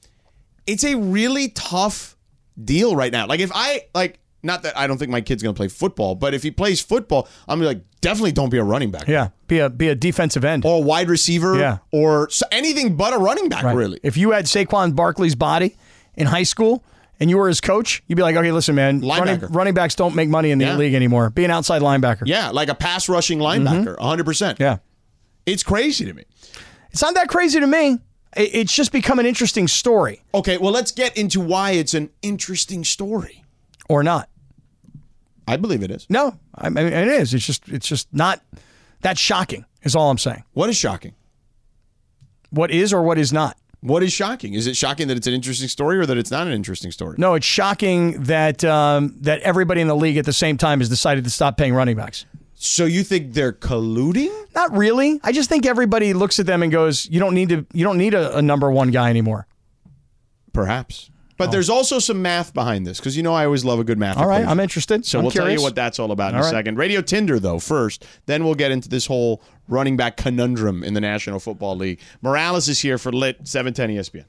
[SPEAKER 3] it's a really tough deal right now. Like if I like. Not that I don't think my kid's going to play football, but if he plays football, I'm gonna be like, definitely don't be a running back
[SPEAKER 4] Yeah, be a be a defensive end.
[SPEAKER 3] or a wide receiver
[SPEAKER 4] Yeah.
[SPEAKER 3] or s anything but a running back,
[SPEAKER 4] Right.
[SPEAKER 3] really.
[SPEAKER 4] If you had Saquon Barkley's body in high school and you were his coach, you'd be like, okay, listen, man, running,
[SPEAKER 3] Linebacker.
[SPEAKER 4] running backs don't make money in the
[SPEAKER 3] Yeah.
[SPEAKER 4] league anymore. Be an outside linebacker.
[SPEAKER 3] Yeah, like a pass rushing linebacker, 100%.
[SPEAKER 4] Mm-hmm. Yeah.
[SPEAKER 3] It's crazy to me.
[SPEAKER 4] It's not that crazy to me. It- It's just become an interesting story
[SPEAKER 3] Okay, well, let's get into why it's an interesting story.
[SPEAKER 4] or not.
[SPEAKER 3] I believe it is.
[SPEAKER 4] No, I mean, it is. It's just, it's just not that shocking is all I'm saying.
[SPEAKER 3] What is shocking?
[SPEAKER 4] What is or what is not?
[SPEAKER 3] What is shocking? Is it shocking that it's an interesting story or that it's not an interesting story?
[SPEAKER 4] No, it's shocking that um, that everybody in the league at the same time has decided to stop paying running backs.
[SPEAKER 3] So you think they're colluding?
[SPEAKER 4] Not really. I just think everybody looks at them and goes, "You don't need to. You don't need a, a number one guy anymore."
[SPEAKER 3] Perhaps. But there's also some math behind this because you know I always love a good math.
[SPEAKER 4] All right,
[SPEAKER 3] equation.
[SPEAKER 4] I'm interested.
[SPEAKER 3] So
[SPEAKER 4] I'm
[SPEAKER 3] we'll tell
[SPEAKER 4] curious.
[SPEAKER 3] you what that's all about in
[SPEAKER 4] All
[SPEAKER 3] a
[SPEAKER 4] right.
[SPEAKER 3] second. Radio Tinder, though, first. Then we'll get into this whole running back conundrum in the National Football League. Morales is here for Lit E 710 ESPN.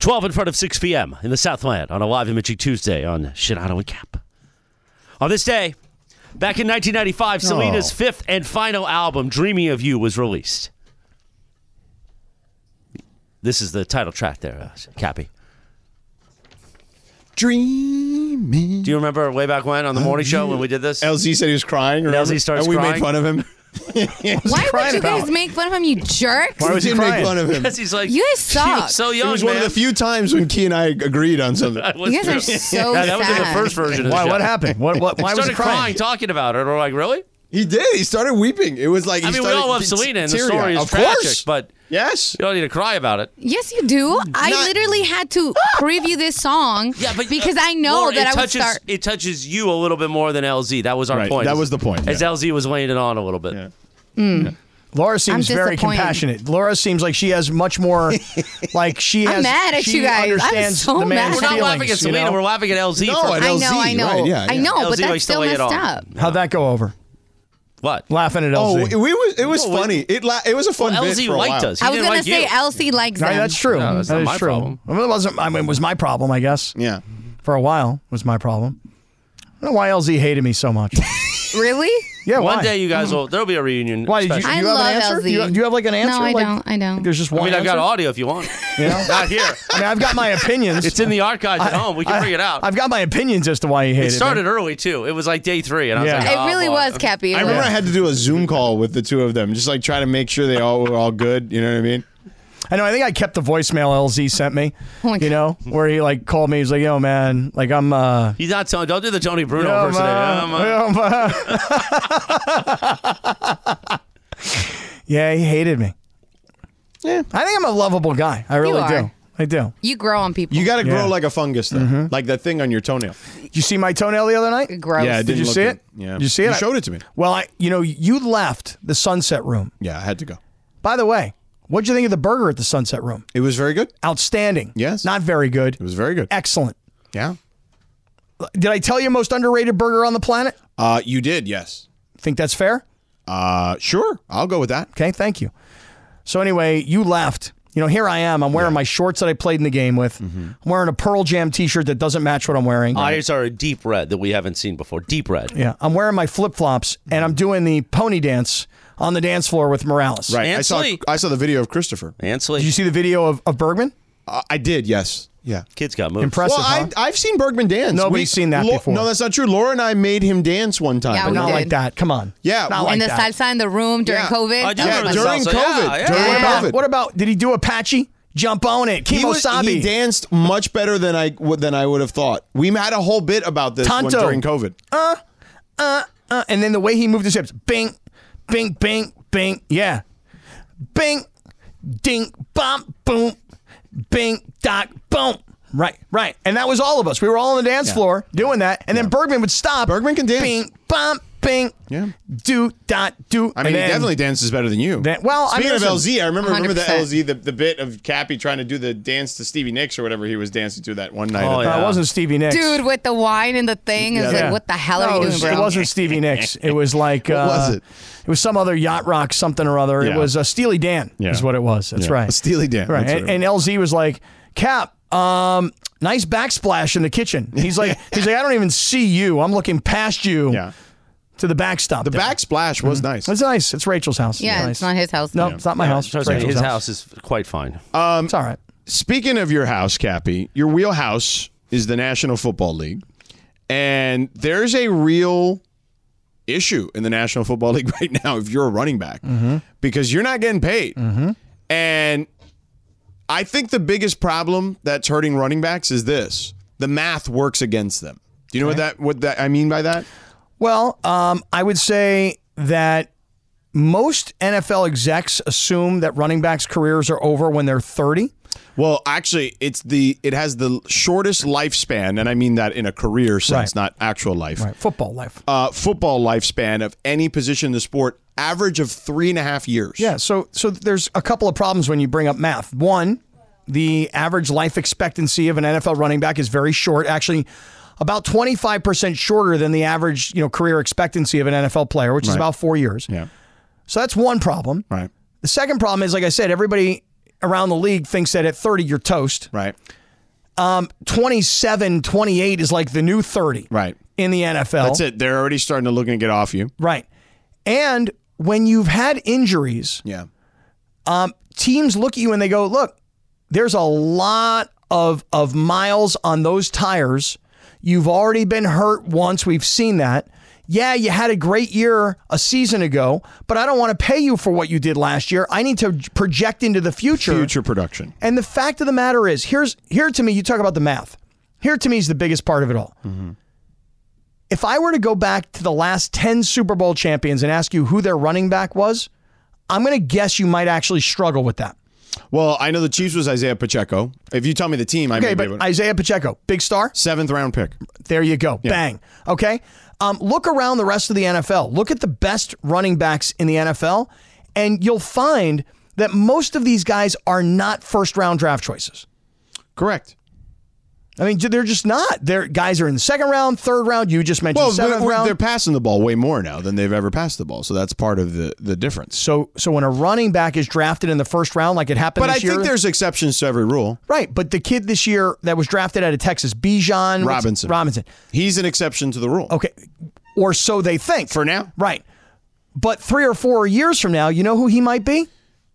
[SPEAKER 1] 12 in front of 6 p.m. in the Southland on a live imaging Tuesday on Shinano and Cap. On this day, back in 1995, Selena's
[SPEAKER 3] Oh.
[SPEAKER 1] fifth and final album, Dreaming of You, was released. This is the title track there, uh, Cappy.
[SPEAKER 3] Dreaming.
[SPEAKER 1] Do you remember way back when on the morning show when we did this?
[SPEAKER 3] LZ said he was crying. Remember?
[SPEAKER 1] LZ starts
[SPEAKER 3] and we
[SPEAKER 1] crying.
[SPEAKER 3] made fun of him.
[SPEAKER 6] Why
[SPEAKER 4] crying
[SPEAKER 6] would you
[SPEAKER 4] about?
[SPEAKER 6] guys make fun of him, you jerks?
[SPEAKER 3] Why
[SPEAKER 4] was he
[SPEAKER 3] did
[SPEAKER 4] crying?
[SPEAKER 3] make fun of him.
[SPEAKER 1] Because he's like,
[SPEAKER 6] You guys
[SPEAKER 1] she was
[SPEAKER 6] suck.
[SPEAKER 1] so young,
[SPEAKER 3] It was one
[SPEAKER 1] man.
[SPEAKER 3] of the few times when Key and I agreed on something.
[SPEAKER 1] That was
[SPEAKER 6] You guys are
[SPEAKER 1] true.
[SPEAKER 6] so
[SPEAKER 1] Yeah, that was in the
[SPEAKER 6] sad.
[SPEAKER 1] first version. Of the
[SPEAKER 4] Why?
[SPEAKER 1] show.
[SPEAKER 4] What happened? What? What? Why was
[SPEAKER 1] started
[SPEAKER 4] he crying?
[SPEAKER 1] talking about her. And we're like, really?
[SPEAKER 3] He did. He started weeping. It was like
[SPEAKER 1] I
[SPEAKER 3] he
[SPEAKER 1] mean, we
[SPEAKER 3] started
[SPEAKER 1] all love
[SPEAKER 3] t-
[SPEAKER 1] Selena, and the
[SPEAKER 3] teary-eyed.
[SPEAKER 1] story is
[SPEAKER 3] of
[SPEAKER 1] tragic,
[SPEAKER 3] Course.
[SPEAKER 1] but
[SPEAKER 3] Yes.
[SPEAKER 2] You don't need to cry about it.
[SPEAKER 6] Yes, you do. I literally had to preview this song
[SPEAKER 1] uh,
[SPEAKER 6] because I know
[SPEAKER 2] Laura,
[SPEAKER 6] that I
[SPEAKER 2] it
[SPEAKER 6] would
[SPEAKER 2] touches,
[SPEAKER 6] start.
[SPEAKER 2] It touches you a little bit more than LZ. That was our
[SPEAKER 3] Right,
[SPEAKER 2] point.
[SPEAKER 3] that was the point,
[SPEAKER 2] As LZ was laying it on a little bit.
[SPEAKER 6] Mm.
[SPEAKER 4] Laura seems very
[SPEAKER 6] disappointed.
[SPEAKER 4] compassionate. Laura seems like she has much more, like she
[SPEAKER 6] I'm
[SPEAKER 4] has.
[SPEAKER 6] mad at
[SPEAKER 4] she
[SPEAKER 6] you guys. I'm
[SPEAKER 4] Understands
[SPEAKER 6] so
[SPEAKER 4] the man's
[SPEAKER 6] mad. We're not
[SPEAKER 4] feelings,
[SPEAKER 2] laughing at
[SPEAKER 4] you
[SPEAKER 2] Selena.
[SPEAKER 4] know?
[SPEAKER 2] We're laughing at LZ No, for- at
[SPEAKER 6] I know, I know, I know, but
[SPEAKER 2] LZ
[SPEAKER 6] that's
[SPEAKER 2] likes to
[SPEAKER 6] still
[SPEAKER 2] lay it on.
[SPEAKER 6] messed up.
[SPEAKER 4] How'd that go over?
[SPEAKER 2] What?
[SPEAKER 4] Laughing at
[SPEAKER 3] Oh,
[SPEAKER 4] LZ.
[SPEAKER 3] it, we was it was
[SPEAKER 6] Well,
[SPEAKER 3] funny. It la- it was a fun
[SPEAKER 4] well,
[SPEAKER 3] bit
[SPEAKER 4] LZ
[SPEAKER 3] for a
[SPEAKER 4] liked
[SPEAKER 3] while.
[SPEAKER 4] us.
[SPEAKER 6] I was gonna say LC likes
[SPEAKER 4] No,
[SPEAKER 6] them.
[SPEAKER 4] that's true.
[SPEAKER 2] No, that's
[SPEAKER 4] That
[SPEAKER 2] not
[SPEAKER 4] is
[SPEAKER 2] my
[SPEAKER 4] true.
[SPEAKER 2] problem.
[SPEAKER 4] Well, it wasn't. I mean, it was my problem, I guess.
[SPEAKER 3] Yeah.
[SPEAKER 4] For a while, it was my problem. I don't know why LZ hated me so much.
[SPEAKER 6] Really?
[SPEAKER 4] Yeah.
[SPEAKER 2] One
[SPEAKER 4] why?
[SPEAKER 2] day you guys will. There'll be a reunion. Why
[SPEAKER 4] did you-
[SPEAKER 6] I
[SPEAKER 4] you have an
[SPEAKER 6] love
[SPEAKER 4] answer?
[SPEAKER 6] LZ.
[SPEAKER 4] Do you- do you have, like, an answer?
[SPEAKER 6] No, I
[SPEAKER 4] Like-
[SPEAKER 6] don't. I don't.
[SPEAKER 4] There's just
[SPEAKER 2] I
[SPEAKER 4] one.
[SPEAKER 2] mean, I've got
[SPEAKER 4] answer?
[SPEAKER 2] audio if you want.
[SPEAKER 4] You know?
[SPEAKER 2] Not here.
[SPEAKER 4] I mean, I've got my opinions.
[SPEAKER 2] It's in the archives at
[SPEAKER 4] I-
[SPEAKER 2] home. We can
[SPEAKER 4] I-
[SPEAKER 2] bring it out.
[SPEAKER 4] I've got my opinions as to why he hated
[SPEAKER 2] it
[SPEAKER 4] me.
[SPEAKER 2] started early too. It was like day three, and I was
[SPEAKER 4] Yeah.
[SPEAKER 2] like,
[SPEAKER 6] It
[SPEAKER 2] "Oh,
[SPEAKER 6] really
[SPEAKER 2] boy."
[SPEAKER 6] was, Cappy. It
[SPEAKER 3] I remember
[SPEAKER 6] was.
[SPEAKER 3] I had to do a Zoom call with the two of them, just like try to make sure they all were all good. You know what I mean?
[SPEAKER 4] I know. I think I kept the voicemail LZ sent me. you know, where he like called me. He's like, "Yo, man, like I'm uh."
[SPEAKER 2] He's not telling. Don't do the Tony Bruno
[SPEAKER 4] yo,
[SPEAKER 2] impersonation.
[SPEAKER 4] man,
[SPEAKER 2] Um,
[SPEAKER 4] yo,
[SPEAKER 2] uh,
[SPEAKER 4] man." yeah, he hated me. Yeah, I think I'm a lovable guy. I really
[SPEAKER 6] are.
[SPEAKER 4] do. I do.
[SPEAKER 6] You grow on people.
[SPEAKER 3] You got to
[SPEAKER 4] Yeah. Mm-hmm.
[SPEAKER 3] grow like a fungus, though, like that thing on your toenail.
[SPEAKER 4] Did you see my toenail the other night?
[SPEAKER 6] Gross.
[SPEAKER 3] Yeah, it
[SPEAKER 4] Did
[SPEAKER 3] didn't
[SPEAKER 4] you
[SPEAKER 3] look
[SPEAKER 4] see
[SPEAKER 3] good.
[SPEAKER 4] it?
[SPEAKER 3] Yeah.
[SPEAKER 4] Did you see it?
[SPEAKER 3] You
[SPEAKER 4] I-
[SPEAKER 3] showed it to me.
[SPEAKER 4] Well, I, you know, you left the Sunset Room.
[SPEAKER 3] Yeah, I had to go.
[SPEAKER 4] By the way, what'd you think of the burger at the Sunset Room?
[SPEAKER 3] It was very good.
[SPEAKER 4] Outstanding.
[SPEAKER 3] Yes.
[SPEAKER 4] Not very good.
[SPEAKER 3] It was very good.
[SPEAKER 4] Excellent.
[SPEAKER 3] Yeah.
[SPEAKER 4] Did I tell you most underrated burger on the planet?
[SPEAKER 3] Uh, you did, yes.
[SPEAKER 4] Think that's fair?
[SPEAKER 3] Uh, sure. I'll go with that.
[SPEAKER 4] Okay, thank you. So anyway, you left. You know, here I am. I'm wearing my shorts that I played in the game with.
[SPEAKER 3] Mm-hmm.
[SPEAKER 4] I'm wearing a Pearl Jam t-shirt that doesn't match what I'm wearing.
[SPEAKER 2] Eyes are a deep red that we haven't seen before. Deep red.
[SPEAKER 4] yeah, I'm wearing my flip-flops
[SPEAKER 3] Mm-hmm.
[SPEAKER 4] and I'm doing the pony dance on the dance floor with Morales.
[SPEAKER 3] Right.
[SPEAKER 2] And
[SPEAKER 3] I saw.
[SPEAKER 2] sleep.
[SPEAKER 3] I saw the video of Christopher.
[SPEAKER 2] Ansley,
[SPEAKER 4] Did you see the video of, of Bergman?
[SPEAKER 3] Uh, I did. Yes. Yeah.
[SPEAKER 2] kids got moved.
[SPEAKER 4] Impressive.
[SPEAKER 3] well,
[SPEAKER 4] huh?
[SPEAKER 3] I, I've seen Bergman dance.
[SPEAKER 4] Nobody's seen that before.
[SPEAKER 3] No, that's not true. Laura and I made him dance one time.
[SPEAKER 6] Yeah, we
[SPEAKER 4] Not
[SPEAKER 6] did.
[SPEAKER 4] like that. Come on.
[SPEAKER 3] Yeah,
[SPEAKER 4] Not
[SPEAKER 3] well-
[SPEAKER 4] like
[SPEAKER 6] and the
[SPEAKER 4] that.
[SPEAKER 6] salsa in the room during
[SPEAKER 3] Yeah.
[SPEAKER 6] COVID.
[SPEAKER 2] I do
[SPEAKER 6] That was
[SPEAKER 3] Yeah,
[SPEAKER 6] my
[SPEAKER 3] during
[SPEAKER 2] remember
[SPEAKER 6] favorite.
[SPEAKER 2] salsa.
[SPEAKER 3] COVID.
[SPEAKER 2] Yeah, yeah.
[SPEAKER 3] During
[SPEAKER 4] What
[SPEAKER 6] Yeah.
[SPEAKER 4] about,
[SPEAKER 3] COVID.
[SPEAKER 4] what about- did he do Apache? Jump on it.
[SPEAKER 3] He, was,
[SPEAKER 4] Kimosabi.
[SPEAKER 3] he danced much better than I would- than I would have thought. We had a whole bit about this one
[SPEAKER 4] Tonto.
[SPEAKER 3] during COVID.
[SPEAKER 4] uh, and then the way he moved his hips, bing, bing, bing, bing, yeah, bing, ding, bump, boom, bing, doc, boom. Right, right, and that was all of us. We were all on the dance floor doing that, and then Bergman would stop.
[SPEAKER 3] Bergman can dance.
[SPEAKER 4] Bing, bump, bing,
[SPEAKER 3] Yeah.
[SPEAKER 4] do dot do.
[SPEAKER 3] I mean,
[SPEAKER 4] and
[SPEAKER 3] he
[SPEAKER 4] then-
[SPEAKER 3] definitely dances better than you.
[SPEAKER 4] Then- well, I
[SPEAKER 3] speaking
[SPEAKER 4] mean,
[SPEAKER 3] of
[SPEAKER 4] listen,
[SPEAKER 3] LZ, I remember remember the
[SPEAKER 6] 100%.
[SPEAKER 3] LZ the, the bit of Cappy trying to do the dance to Stevie Nicks or whatever he was dancing to that one night.
[SPEAKER 2] Oh,
[SPEAKER 3] at the-
[SPEAKER 4] No, it wasn't Stevie Nicks,
[SPEAKER 6] Dude, with the wine and the thing. It's
[SPEAKER 4] Yeah.
[SPEAKER 6] like, what the hell
[SPEAKER 4] No,
[SPEAKER 6] are
[SPEAKER 4] it
[SPEAKER 6] you
[SPEAKER 4] was-
[SPEAKER 6] doing, bro?
[SPEAKER 4] It wasn't Stevie Nicks. It was like uh,
[SPEAKER 3] was it?
[SPEAKER 4] It was some other yacht rock something or other. It
[SPEAKER 3] Yeah.
[SPEAKER 4] was uh, Steely Dan.
[SPEAKER 3] Yeah.
[SPEAKER 4] Is what it was. That's
[SPEAKER 3] Yeah.
[SPEAKER 4] right.
[SPEAKER 3] Steely Dan.
[SPEAKER 4] Right.
[SPEAKER 3] That's
[SPEAKER 4] And,
[SPEAKER 3] what it
[SPEAKER 4] and LZ was like, Cap, um, nice backsplash in the kitchen. He's like, he's like, I don't even see you. I'm looking past you
[SPEAKER 3] yeah.
[SPEAKER 4] to the backstop.
[SPEAKER 3] The
[SPEAKER 4] there."
[SPEAKER 3] backsplash was nice.
[SPEAKER 4] It's nice. It's Rachel's house.
[SPEAKER 6] yeah,
[SPEAKER 4] nice.
[SPEAKER 6] it's not his house.
[SPEAKER 4] No, it's not my house. It's
[SPEAKER 2] Trust me,
[SPEAKER 4] Rachel's
[SPEAKER 2] his
[SPEAKER 4] house.
[SPEAKER 2] house is quite fine.
[SPEAKER 3] Um,
[SPEAKER 4] It's all right.
[SPEAKER 3] Speaking of your house, Cappy, your wheelhouse is the National Football League. And there's a real issue in the National Football League right now if you're a running back because you're not getting paid. And I think the biggest problem that's hurting running backs is this the math works against them. Do you know what that what that I mean by that?
[SPEAKER 4] Well, um, I would say that most NFL execs assume that running backs' careers are over when they're 30.
[SPEAKER 3] Well, actually, it's the it has the shortest lifespan, and I mean that in a career sense,
[SPEAKER 4] Right.
[SPEAKER 3] not actual life.
[SPEAKER 4] Right. Football life.
[SPEAKER 3] uh, football lifespan of any position in the sport, average of three and a half years.
[SPEAKER 4] Yeah, so so there's a couple of problems when you bring up math. One, the average life expectancy of an NFL running back is very short, actually about 25% shorter than the average, you know, career expectancy of an NFL player, which is about 4 years.
[SPEAKER 3] Yeah.
[SPEAKER 4] So that's one problem.
[SPEAKER 3] Right.
[SPEAKER 4] The second problem is like I said everybody around the league thinks that at 30 you're toast.
[SPEAKER 3] Right.
[SPEAKER 4] 27, 28 is like the new 30
[SPEAKER 3] Right.
[SPEAKER 4] in the NFL.
[SPEAKER 3] That's it. They're already starting to look and get off you.
[SPEAKER 4] Right. And when you've had injuries,
[SPEAKER 3] Yeah.
[SPEAKER 4] teams look at you and they go, look, there's a lot of of miles on those tires. You've already been hurt once. We've seen that. Yeah, you had a great year a season ago, but I don't want to pay you for what you did last year. I need to project into the future.
[SPEAKER 3] Future production.
[SPEAKER 4] And the fact of the matter is, here's here to me, you talk about the math. Here to me is the biggest part of it all. Mm-hmm. If I were to go back to the last 10 Super Bowl champions and ask you who their running back was, I'm going to guess you might actually struggle with that.
[SPEAKER 3] Well, I know the Chiefs was Isaiah Pacheco. If you tell me the team, I
[SPEAKER 4] okay,
[SPEAKER 3] may
[SPEAKER 4] but
[SPEAKER 3] be able to.
[SPEAKER 4] Isaiah Pacheco, big star,
[SPEAKER 3] seventh round pick.
[SPEAKER 4] There you go, bang. Okay, um, look around the rest of the NFL. Look at the best running backs in the NFL, and you'll find that most of these guys are not first round draft choices.
[SPEAKER 3] Correct.
[SPEAKER 4] I mean, they're just not. They're guys are in the second round, third round. You just mentioned
[SPEAKER 3] Well,
[SPEAKER 4] seventh
[SPEAKER 3] they're,
[SPEAKER 4] round.
[SPEAKER 3] they're passing the ball way more now than they've ever passed the ball, so that's part of the the difference.
[SPEAKER 4] So, so when a running back is drafted in the first round, like it happened
[SPEAKER 3] but I
[SPEAKER 4] this year,
[SPEAKER 3] think there's exceptions to every rule.
[SPEAKER 4] right. But the kid this year that was drafted out of Texas, Bijan what's-
[SPEAKER 3] Robinson.
[SPEAKER 4] Robinson,
[SPEAKER 3] he's an exception to the rule.
[SPEAKER 4] Okay, or so they think
[SPEAKER 3] for now,
[SPEAKER 4] right? But three or four years from now, you know who he might be?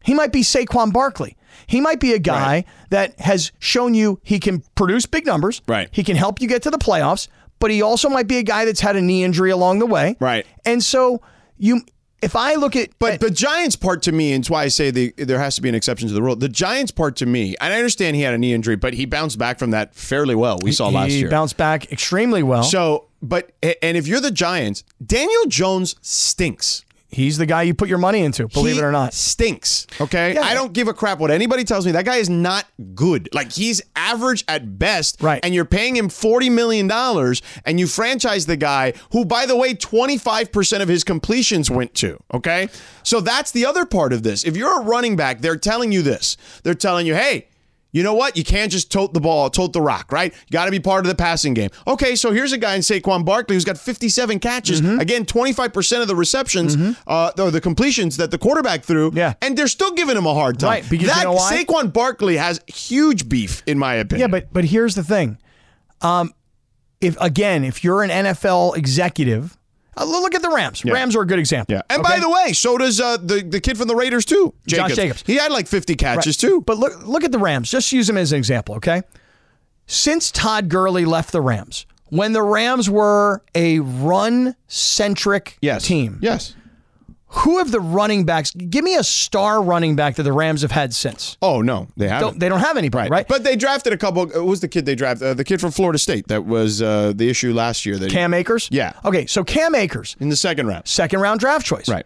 [SPEAKER 4] He might be Saquon Barkley. He might be a guy that has shown you he can produce big numbers. Right. He can help you get to the playoffs, but he also might be a guy that's had a knee injury along the way.
[SPEAKER 3] Right.
[SPEAKER 4] And so you, if I look at
[SPEAKER 3] But the Giants part to me, and it's why I say the, there has to be an exception to the rule. The Giants part to me, and I understand he had a knee injury, but he bounced back from that fairly well. We saw last
[SPEAKER 4] he
[SPEAKER 3] year.
[SPEAKER 4] bounced back extremely well.
[SPEAKER 3] So, but and if you're the Giants, Daniel Jones stinks.
[SPEAKER 4] He's the guy you put your money into, believe
[SPEAKER 3] He
[SPEAKER 4] it or not.
[SPEAKER 3] Stinks. Okay, I don't give a crap what anybody tells me. That guy is not good. Like he's average at best. Right. And you're paying him forty million dollars, and you franchise the guy who, by the way, twenty five percent of his completions went to. Okay, so that's the other part of this. If you're a running back, they're telling you this. They're telling you, hey. You know what? You can't just tote the ball, tote the rock, right? You got to be part of the passing game. Okay, so here's a guy in Saquon Barkley who's got 57 catches.
[SPEAKER 4] Mm-hmm.
[SPEAKER 3] Again, 25% of the receptions uh, or the completions that the quarterback threw. Yeah. And they're still giving him a hard time.
[SPEAKER 4] Right, because you
[SPEAKER 3] that
[SPEAKER 4] know why?
[SPEAKER 3] Saquon Barkley has huge beef, in my opinion.
[SPEAKER 4] Yeah, but but here's the thing. Um, if again, if you're an NFL executive, uh, lo- look at the Rams. Rams are a good example. Yeah.
[SPEAKER 3] And by the way, so does uh, the, the kid from the Raiders, too,
[SPEAKER 4] Josh Jacobs.
[SPEAKER 3] He had like 50 catches, too.
[SPEAKER 4] But look look at the Rams. Just use them as an example, okay? Since Todd Gurley left the Rams, when the Rams were a run centric team.
[SPEAKER 3] Yes.
[SPEAKER 4] Who have the running backs? Give me a star running back that the Rams have had since.
[SPEAKER 3] Oh no, they haven't.
[SPEAKER 4] Don't, they don't have anybody, right?
[SPEAKER 3] But they drafted a couple. Who was the kid they drafted? Uh, the kid from Florida State that was uh, the issue last year. That
[SPEAKER 4] Cam Akers?
[SPEAKER 3] Yeah.
[SPEAKER 4] Okay, so Cam Akers.
[SPEAKER 3] In the second round.
[SPEAKER 4] Second round draft choice.
[SPEAKER 3] Right.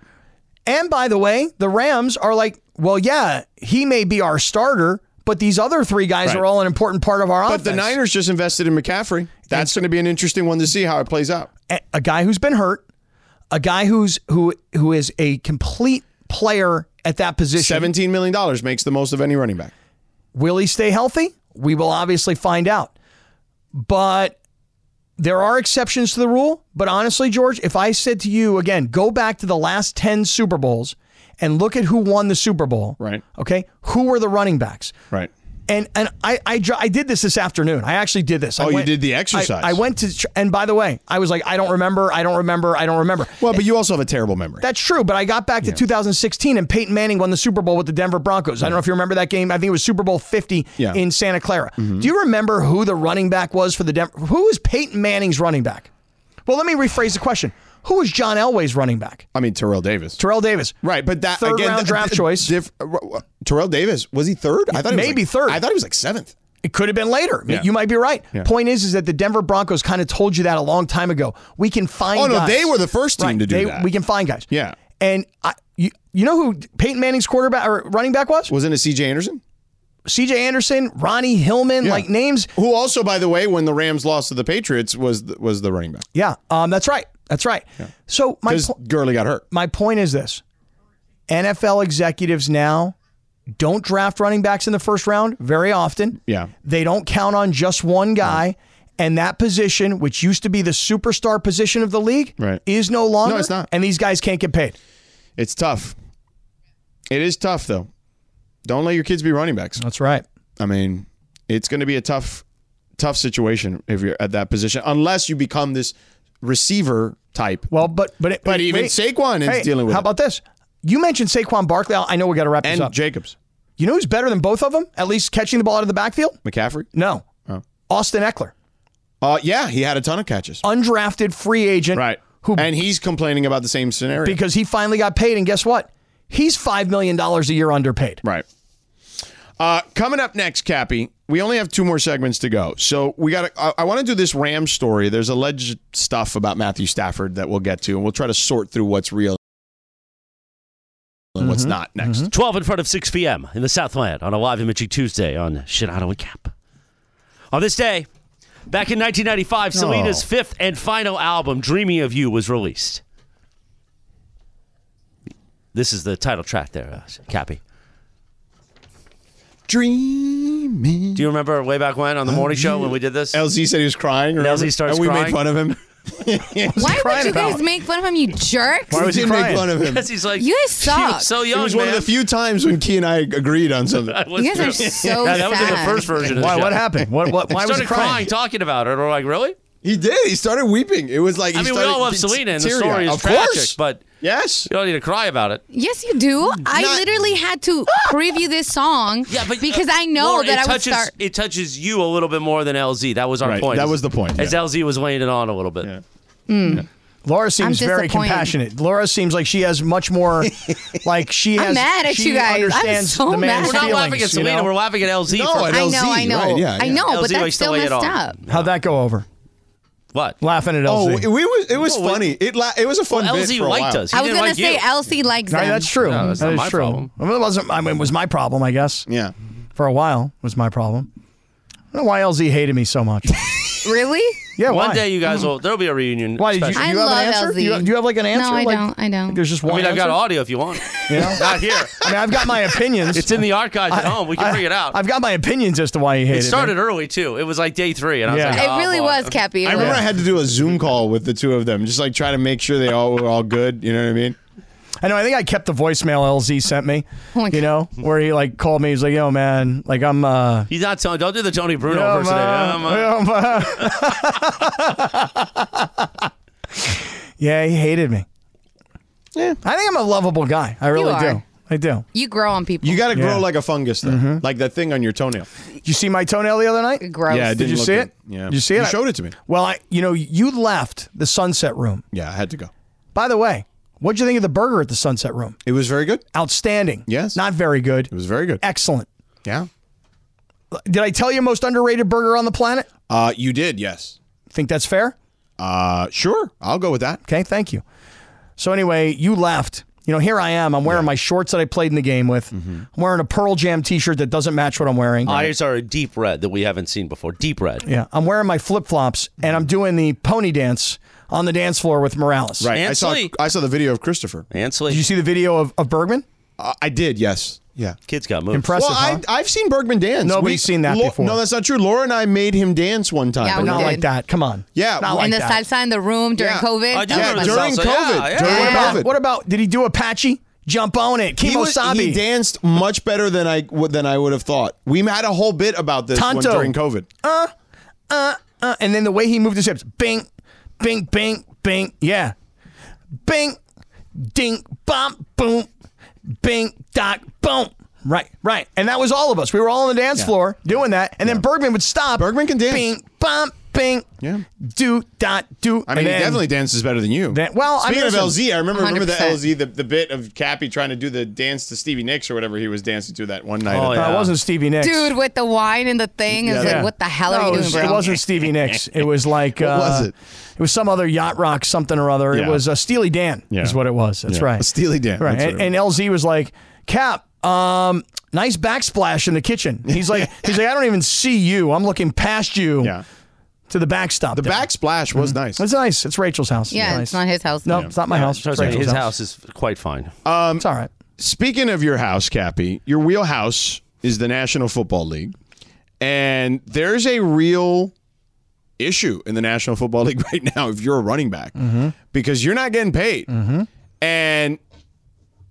[SPEAKER 4] And by the way, the Rams are like, well, yeah, he may be our starter, but these other three guys
[SPEAKER 3] Right.
[SPEAKER 4] are all an important part of our
[SPEAKER 3] But
[SPEAKER 4] offense.
[SPEAKER 3] the Niners just invested in McCaffrey. That's going to be an interesting one to see how it plays out.
[SPEAKER 4] a, a guy who's been hurt, a guy who's who who is a complete player at that position.
[SPEAKER 3] Seventeen million dollars makes the most of any running back.
[SPEAKER 4] Will he stay healthy? We will obviously find out. But there are exceptions to the rule. But honestly, George, if I said to you again, go back to the last 10 Super Bowls and look at who won the Super Bowl. Right. Okay. Who were the running backs?
[SPEAKER 3] Right.
[SPEAKER 4] And and I I, dr- I did this this afternoon. I actually did this. I
[SPEAKER 3] Oh, you did the
[SPEAKER 4] I-
[SPEAKER 3] exercise.
[SPEAKER 4] I, went to tr- and by the way, I was like, I don't remember. I don't remember. I don't remember.
[SPEAKER 3] Well, but you also have a terrible memory.
[SPEAKER 4] That's true, but I got back to 2016 and Peyton Manning won the Super Bowl with the Denver Broncos. I don't know if you remember that game. I think it was Super Bowl 50
[SPEAKER 3] Yeah. Mm-hmm.
[SPEAKER 4] in Santa Clara. Do you remember who the running back was for the Denver? Who was Peyton Manning's running back? Well, let me rephrase the question. Who was John Elway's running back?
[SPEAKER 3] I mean Terrell Davis.
[SPEAKER 4] Terrell Davis.
[SPEAKER 3] Right, but that
[SPEAKER 4] Third
[SPEAKER 3] again,
[SPEAKER 4] round
[SPEAKER 3] th-
[SPEAKER 4] draft
[SPEAKER 3] th-
[SPEAKER 4] choice.
[SPEAKER 3] diff- uh, Terrell Davis was he third? I thought he was
[SPEAKER 4] Maybe
[SPEAKER 3] like-
[SPEAKER 4] third.
[SPEAKER 3] I thought he was like seventh.
[SPEAKER 4] It could have been later.
[SPEAKER 3] Yeah.
[SPEAKER 4] You might be right.
[SPEAKER 3] Yeah.
[SPEAKER 4] Point is, is that the Denver Broncos kind of told you that a long time ago. We can find.
[SPEAKER 3] Oh, no,
[SPEAKER 4] guys.
[SPEAKER 3] they were the first team
[SPEAKER 4] Right.
[SPEAKER 3] to do
[SPEAKER 4] They-
[SPEAKER 3] that.
[SPEAKER 4] We can find guys.
[SPEAKER 3] Yeah.
[SPEAKER 4] And I, you, you know who Peyton Manning's quarterback or running back was?
[SPEAKER 3] Wasn't it C.J. Anderson?
[SPEAKER 4] C.J. Anderson, Ronnie Hillman, like names.
[SPEAKER 3] Who also, by the way, when the Rams lost to the Patriots, was the, was the running back
[SPEAKER 4] Yeah, um, that's right. That's right. So my
[SPEAKER 3] because
[SPEAKER 4] po-
[SPEAKER 3] Gurley got hurt.
[SPEAKER 4] my point is this: NFL executives now don't draft running backs in the first round very often.
[SPEAKER 3] Yeah.
[SPEAKER 4] They don't count on just one guy. And that position, which used to be the superstar position of the league,
[SPEAKER 3] Right.
[SPEAKER 4] is no longer.
[SPEAKER 3] No, it's not.
[SPEAKER 4] And these guys can't get paid.
[SPEAKER 3] It's tough. It is tough though. Don't let your kids be running backs.
[SPEAKER 4] That's right.
[SPEAKER 3] I mean, it's going to be a tough, tough situation if you're at that position, unless you become this receiver type.
[SPEAKER 4] Well, but but it,
[SPEAKER 3] But even Saquon is
[SPEAKER 4] hey,
[SPEAKER 3] dealing with
[SPEAKER 4] How
[SPEAKER 3] it.
[SPEAKER 4] about this? You mentioned Saquon Barkley. I know we got to wrap this
[SPEAKER 3] and
[SPEAKER 4] up.
[SPEAKER 3] Jacobs,
[SPEAKER 4] you know who's better than both of them? At least catching the ball out of the backfield.
[SPEAKER 3] McCaffrey.
[SPEAKER 4] No,
[SPEAKER 3] Oh.
[SPEAKER 4] Austin Eckler,
[SPEAKER 3] Uh, yeah, he had a ton of catches.
[SPEAKER 4] undrafted free agent.
[SPEAKER 3] Right.
[SPEAKER 4] Who
[SPEAKER 3] and he's complaining about the same scenario.
[SPEAKER 4] because he finally got paid. And guess what? He's $5 million a year underpaid.
[SPEAKER 3] Right. Uh, coming up next, Cappy, we only have two more segments to go. So we got. I, I want to do this Ram story. There's alleged stuff about Matthew Stafford that we'll get to, and we'll try to sort through what's real and
[SPEAKER 2] Mm-hmm.
[SPEAKER 3] what's not next.
[SPEAKER 2] 12 in front of 6 p.m. in the Southland on a live imaging Tuesday on Shinano and Cap. On this day, back in 1995, Selena's
[SPEAKER 1] Oh.
[SPEAKER 2] fifth and final album, Dreaming of You, was released. This is the title track there, uh, Cappy.
[SPEAKER 3] Dreaming.
[SPEAKER 2] Do you remember way back when on
[SPEAKER 3] Uh,
[SPEAKER 2] the morning show when we did this?
[SPEAKER 3] LZ said he was crying.
[SPEAKER 2] And
[SPEAKER 3] remember?
[SPEAKER 2] LZ starts
[SPEAKER 3] and we
[SPEAKER 2] crying.
[SPEAKER 3] made fun of him.
[SPEAKER 6] Why would
[SPEAKER 3] crying
[SPEAKER 6] you guys
[SPEAKER 3] about?
[SPEAKER 6] make fun of him, you jerks?
[SPEAKER 3] Why was he We didn't make crying? fun of him.
[SPEAKER 2] Because he's like,
[SPEAKER 6] You guys suck.
[SPEAKER 2] so young,
[SPEAKER 3] It was one of
[SPEAKER 2] man.
[SPEAKER 3] the few times when Key and I agreed on something.
[SPEAKER 2] was You guys are true. so Yeah, that was in the sad. first version of the
[SPEAKER 3] Why?
[SPEAKER 2] show.
[SPEAKER 3] What happened? What? What? Why
[SPEAKER 2] He
[SPEAKER 3] was
[SPEAKER 2] started
[SPEAKER 3] he crying?
[SPEAKER 2] talking about it. We're like, really?
[SPEAKER 3] He did. He started weeping. It was like
[SPEAKER 2] I
[SPEAKER 3] he
[SPEAKER 2] mean, we
[SPEAKER 3] started
[SPEAKER 2] all love
[SPEAKER 3] get
[SPEAKER 2] Selena, and the
[SPEAKER 3] teary-eyed.
[SPEAKER 2] story is
[SPEAKER 3] of
[SPEAKER 2] tragic,
[SPEAKER 3] Course.
[SPEAKER 2] but
[SPEAKER 3] yes,
[SPEAKER 2] you don't need to cry about it.
[SPEAKER 6] Yes, you do. I literally had to preview this song because I know
[SPEAKER 2] Laura,
[SPEAKER 6] that
[SPEAKER 2] it
[SPEAKER 6] I would
[SPEAKER 2] touches,
[SPEAKER 6] start.
[SPEAKER 2] It touches you a little bit more than LZ. That was our
[SPEAKER 3] Right,
[SPEAKER 2] point.
[SPEAKER 3] that was the point,
[SPEAKER 2] As LZ was weighing it on a little bit.
[SPEAKER 6] Mm.
[SPEAKER 4] Laura seems
[SPEAKER 6] I'm
[SPEAKER 4] very
[SPEAKER 6] disappointed.
[SPEAKER 4] compassionate. Laura seems like she has much more, like she has.
[SPEAKER 6] I'm mad at
[SPEAKER 4] she
[SPEAKER 6] you guys. I'm
[SPEAKER 4] Understands
[SPEAKER 6] so
[SPEAKER 4] the man's
[SPEAKER 2] We're not
[SPEAKER 4] feelings,
[SPEAKER 2] laughing at
[SPEAKER 4] you know?
[SPEAKER 2] Selena. We're laughing at LZ.
[SPEAKER 4] No,
[SPEAKER 2] for-
[SPEAKER 4] at I know, LZ, I know. right, yeah, I yeah. know,
[SPEAKER 2] LZ
[SPEAKER 6] but that's
[SPEAKER 2] likes to
[SPEAKER 6] still
[SPEAKER 2] weigh it on.
[SPEAKER 6] messed up.
[SPEAKER 4] How'd that go over?
[SPEAKER 2] What?
[SPEAKER 4] Laughing at
[SPEAKER 3] Oh,
[SPEAKER 4] LZ.
[SPEAKER 3] it, we was. It was
[SPEAKER 4] Well,
[SPEAKER 3] funny. It la- it was a fun
[SPEAKER 4] well,
[SPEAKER 3] bit
[SPEAKER 4] LZ
[SPEAKER 3] for a
[SPEAKER 4] liked
[SPEAKER 3] while.
[SPEAKER 4] us. He
[SPEAKER 6] I was gonna say Elsie likes
[SPEAKER 4] Right,
[SPEAKER 6] them.
[SPEAKER 4] that's true.
[SPEAKER 2] No, that's
[SPEAKER 4] That
[SPEAKER 2] not
[SPEAKER 4] is
[SPEAKER 2] my
[SPEAKER 4] true.
[SPEAKER 2] problem.
[SPEAKER 4] Well, it wasn't. I mean, it was my problem, I guess.
[SPEAKER 3] Yeah.
[SPEAKER 4] For a while, it was my problem. I don't know why LZ hated me so much.
[SPEAKER 6] Really?
[SPEAKER 4] Yeah.
[SPEAKER 2] One
[SPEAKER 4] why?
[SPEAKER 2] day you guys will. There'll be a reunion. Why
[SPEAKER 4] did you-
[SPEAKER 6] I
[SPEAKER 4] you have an
[SPEAKER 6] love
[SPEAKER 4] answer?
[SPEAKER 6] LZ.
[SPEAKER 4] Do you- do you have, like, an answer?
[SPEAKER 6] No, I
[SPEAKER 4] Like-
[SPEAKER 6] don't. I don't.
[SPEAKER 4] There's just
[SPEAKER 2] I
[SPEAKER 4] one.
[SPEAKER 2] mean, I've got
[SPEAKER 4] answer?
[SPEAKER 2] audio if you want.
[SPEAKER 4] Yeah.
[SPEAKER 2] Not here.
[SPEAKER 4] I mean, I've got my opinions.
[SPEAKER 2] It's in the archives at
[SPEAKER 4] I-
[SPEAKER 2] home. We can
[SPEAKER 4] I-
[SPEAKER 2] bring it out.
[SPEAKER 4] I've got my opinions as to why he hated
[SPEAKER 2] It
[SPEAKER 4] me.
[SPEAKER 2] started early too. It was like day three, and I was
[SPEAKER 4] Yeah.
[SPEAKER 2] like,
[SPEAKER 6] It
[SPEAKER 2] "Oh,
[SPEAKER 6] really
[SPEAKER 2] boy."
[SPEAKER 6] was, Cappy. It
[SPEAKER 3] I remember
[SPEAKER 6] was.
[SPEAKER 3] I had to do a Zoom call with the two of them, just like try to make sure they all were all good. You know what I mean?
[SPEAKER 4] I know. I think I kept the voicemail LZ sent me. you know, where he like called me. He's like, "Yo, man, like I'm." uh
[SPEAKER 2] He's not telling. Don't do the Tony Bruno
[SPEAKER 4] Yeah,
[SPEAKER 2] impersonation.
[SPEAKER 4] man.
[SPEAKER 2] Yeah, man.
[SPEAKER 4] Yeah, he hated me. Yeah, I think I'm a lovable guy. I really do.
[SPEAKER 6] are.
[SPEAKER 4] I do.
[SPEAKER 6] You grow on people.
[SPEAKER 3] You got to
[SPEAKER 4] Yeah.
[SPEAKER 3] grow like a fungus, though, like that thing on your toenail.
[SPEAKER 4] Did you see my toenail the other night?
[SPEAKER 6] Gross.
[SPEAKER 3] Yeah, it
[SPEAKER 4] Did
[SPEAKER 3] didn't
[SPEAKER 4] you
[SPEAKER 3] look
[SPEAKER 4] see
[SPEAKER 3] good.
[SPEAKER 4] it?
[SPEAKER 3] Yeah.
[SPEAKER 4] Did you see it?
[SPEAKER 3] You
[SPEAKER 4] I-
[SPEAKER 3] showed it to me.
[SPEAKER 4] Well, I, you know, you left the Sunset Room.
[SPEAKER 3] Yeah, I had to go.
[SPEAKER 4] By the way, what'd you think of the burger at the Sunset Room?
[SPEAKER 3] It was very good.
[SPEAKER 4] Outstanding.
[SPEAKER 3] Yes.
[SPEAKER 4] Not very good. It
[SPEAKER 3] was very good.
[SPEAKER 4] Excellent.
[SPEAKER 3] Yeah.
[SPEAKER 4] Did I tell you most underrated burger on the planet?
[SPEAKER 3] Uh, you did, yes.
[SPEAKER 4] Think that's fair?
[SPEAKER 3] Uh, sure. I'll go with that.
[SPEAKER 4] Okay, thank you. So anyway, you left. You know, here I am. I'm wearing my shorts that I played in the game with.
[SPEAKER 3] Mm-hmm.
[SPEAKER 4] I'm wearing a Pearl Jam T-shirt that doesn't match what I'm wearing.
[SPEAKER 3] Uh,
[SPEAKER 2] Eyes are a deep red that we haven't seen before. Deep red.
[SPEAKER 4] yeah, I'm wearing my flip flops and I'm doing the pony dance on the dance floor with Morales.
[SPEAKER 3] Right. I
[SPEAKER 2] And
[SPEAKER 3] saw.
[SPEAKER 2] sleep.
[SPEAKER 3] I saw the video of Christopher.
[SPEAKER 4] Did
[SPEAKER 2] Ansley,
[SPEAKER 4] you see the video of, of Bergman?
[SPEAKER 3] Uh, I did. Yes. Yeah.
[SPEAKER 2] kids got moved.
[SPEAKER 4] Impressive.
[SPEAKER 3] well,
[SPEAKER 4] huh?
[SPEAKER 3] I, I've seen Bergman dance.
[SPEAKER 4] Nobody's seen that before.
[SPEAKER 3] No, that's not true. Laura and I made him dance one time.
[SPEAKER 6] Yeah, we
[SPEAKER 4] not
[SPEAKER 6] did.
[SPEAKER 4] like that. Come on.
[SPEAKER 3] Yeah,
[SPEAKER 4] Not
[SPEAKER 3] we-
[SPEAKER 4] like
[SPEAKER 6] and the
[SPEAKER 4] that.
[SPEAKER 6] salsa in the room during
[SPEAKER 3] Yeah.
[SPEAKER 6] COVID.
[SPEAKER 2] I Oh, do
[SPEAKER 6] That
[SPEAKER 2] remember
[SPEAKER 6] was fun.
[SPEAKER 2] the
[SPEAKER 3] during
[SPEAKER 2] salsa.
[SPEAKER 3] COVID,
[SPEAKER 2] Yeah, yeah,
[SPEAKER 3] during
[SPEAKER 4] What
[SPEAKER 2] yeah.
[SPEAKER 4] about-
[SPEAKER 3] COVID.
[SPEAKER 4] What about did he do Apache? Jump on it.
[SPEAKER 3] He, was, he
[SPEAKER 4] Kimosabi.
[SPEAKER 3] danced much better than I would than I would have thought. We had a whole bit about this one
[SPEAKER 4] Tonto.
[SPEAKER 3] during COVID.
[SPEAKER 4] Uh, uh, and then the way he moved his hips. Bing, bing, bing, bing. Yeah. Bing, ding, bump, boom, bing, doc, boom. Right, right. And that was all of us. We were all on the dance floor doing that. And then Bergman would stop.
[SPEAKER 3] Bergman can dance.
[SPEAKER 4] Bing, bump, bing.
[SPEAKER 3] Yeah.
[SPEAKER 4] Do, dot, do.
[SPEAKER 3] I mean,
[SPEAKER 4] and
[SPEAKER 3] he
[SPEAKER 4] then-
[SPEAKER 3] definitely dances better than you.
[SPEAKER 4] Then- well, I
[SPEAKER 3] Speaking
[SPEAKER 4] mean,
[SPEAKER 3] of
[SPEAKER 4] listen,
[SPEAKER 3] LZ, I remember remember the
[SPEAKER 6] 100%.
[SPEAKER 3] LZ the, the bit of Cappy trying to do the dance to Stevie Nicks or whatever he was dancing to that one night.
[SPEAKER 2] Oh,
[SPEAKER 4] No,
[SPEAKER 3] at-
[SPEAKER 2] yeah.
[SPEAKER 4] uh, it wasn't Stevie Nicks.
[SPEAKER 6] Dude, with the wine and the thing, it's
[SPEAKER 4] Yeah.
[SPEAKER 6] like, what the hell
[SPEAKER 4] No,
[SPEAKER 6] are
[SPEAKER 4] it
[SPEAKER 6] you doing,
[SPEAKER 4] was-
[SPEAKER 6] bro?
[SPEAKER 4] It wasn't Stevie Nicks. It was like uh,
[SPEAKER 3] was it?
[SPEAKER 4] was some other yacht rock something or other.
[SPEAKER 3] Yeah.
[SPEAKER 4] It was uh, Steely Dan
[SPEAKER 3] Yeah.
[SPEAKER 4] is what it was. That's
[SPEAKER 3] Yeah.
[SPEAKER 4] right.
[SPEAKER 3] Steely Dan.
[SPEAKER 4] Right.
[SPEAKER 3] That's what
[SPEAKER 4] And,
[SPEAKER 3] it
[SPEAKER 4] and LZ was like, Cap, um, nice backsplash in the kitchen. He's like, he's like, I don't even see you. I'm looking past you
[SPEAKER 3] yeah.
[SPEAKER 4] to the backstop.
[SPEAKER 3] The
[SPEAKER 4] there."
[SPEAKER 3] backsplash was nice.
[SPEAKER 4] It's nice. It's Rachel's house.
[SPEAKER 6] yeah,
[SPEAKER 4] nice.
[SPEAKER 6] it's not his house.
[SPEAKER 4] No, it's not my house. It's
[SPEAKER 2] Trust me,
[SPEAKER 4] Rachel's
[SPEAKER 2] his
[SPEAKER 4] house.
[SPEAKER 2] house is quite fine.
[SPEAKER 4] It's all right.
[SPEAKER 3] Speaking of your house, Cappy, your wheelhouse is the National Football League, and there's a real issue in the National Football League right now if you're a running back because you're not getting paid. And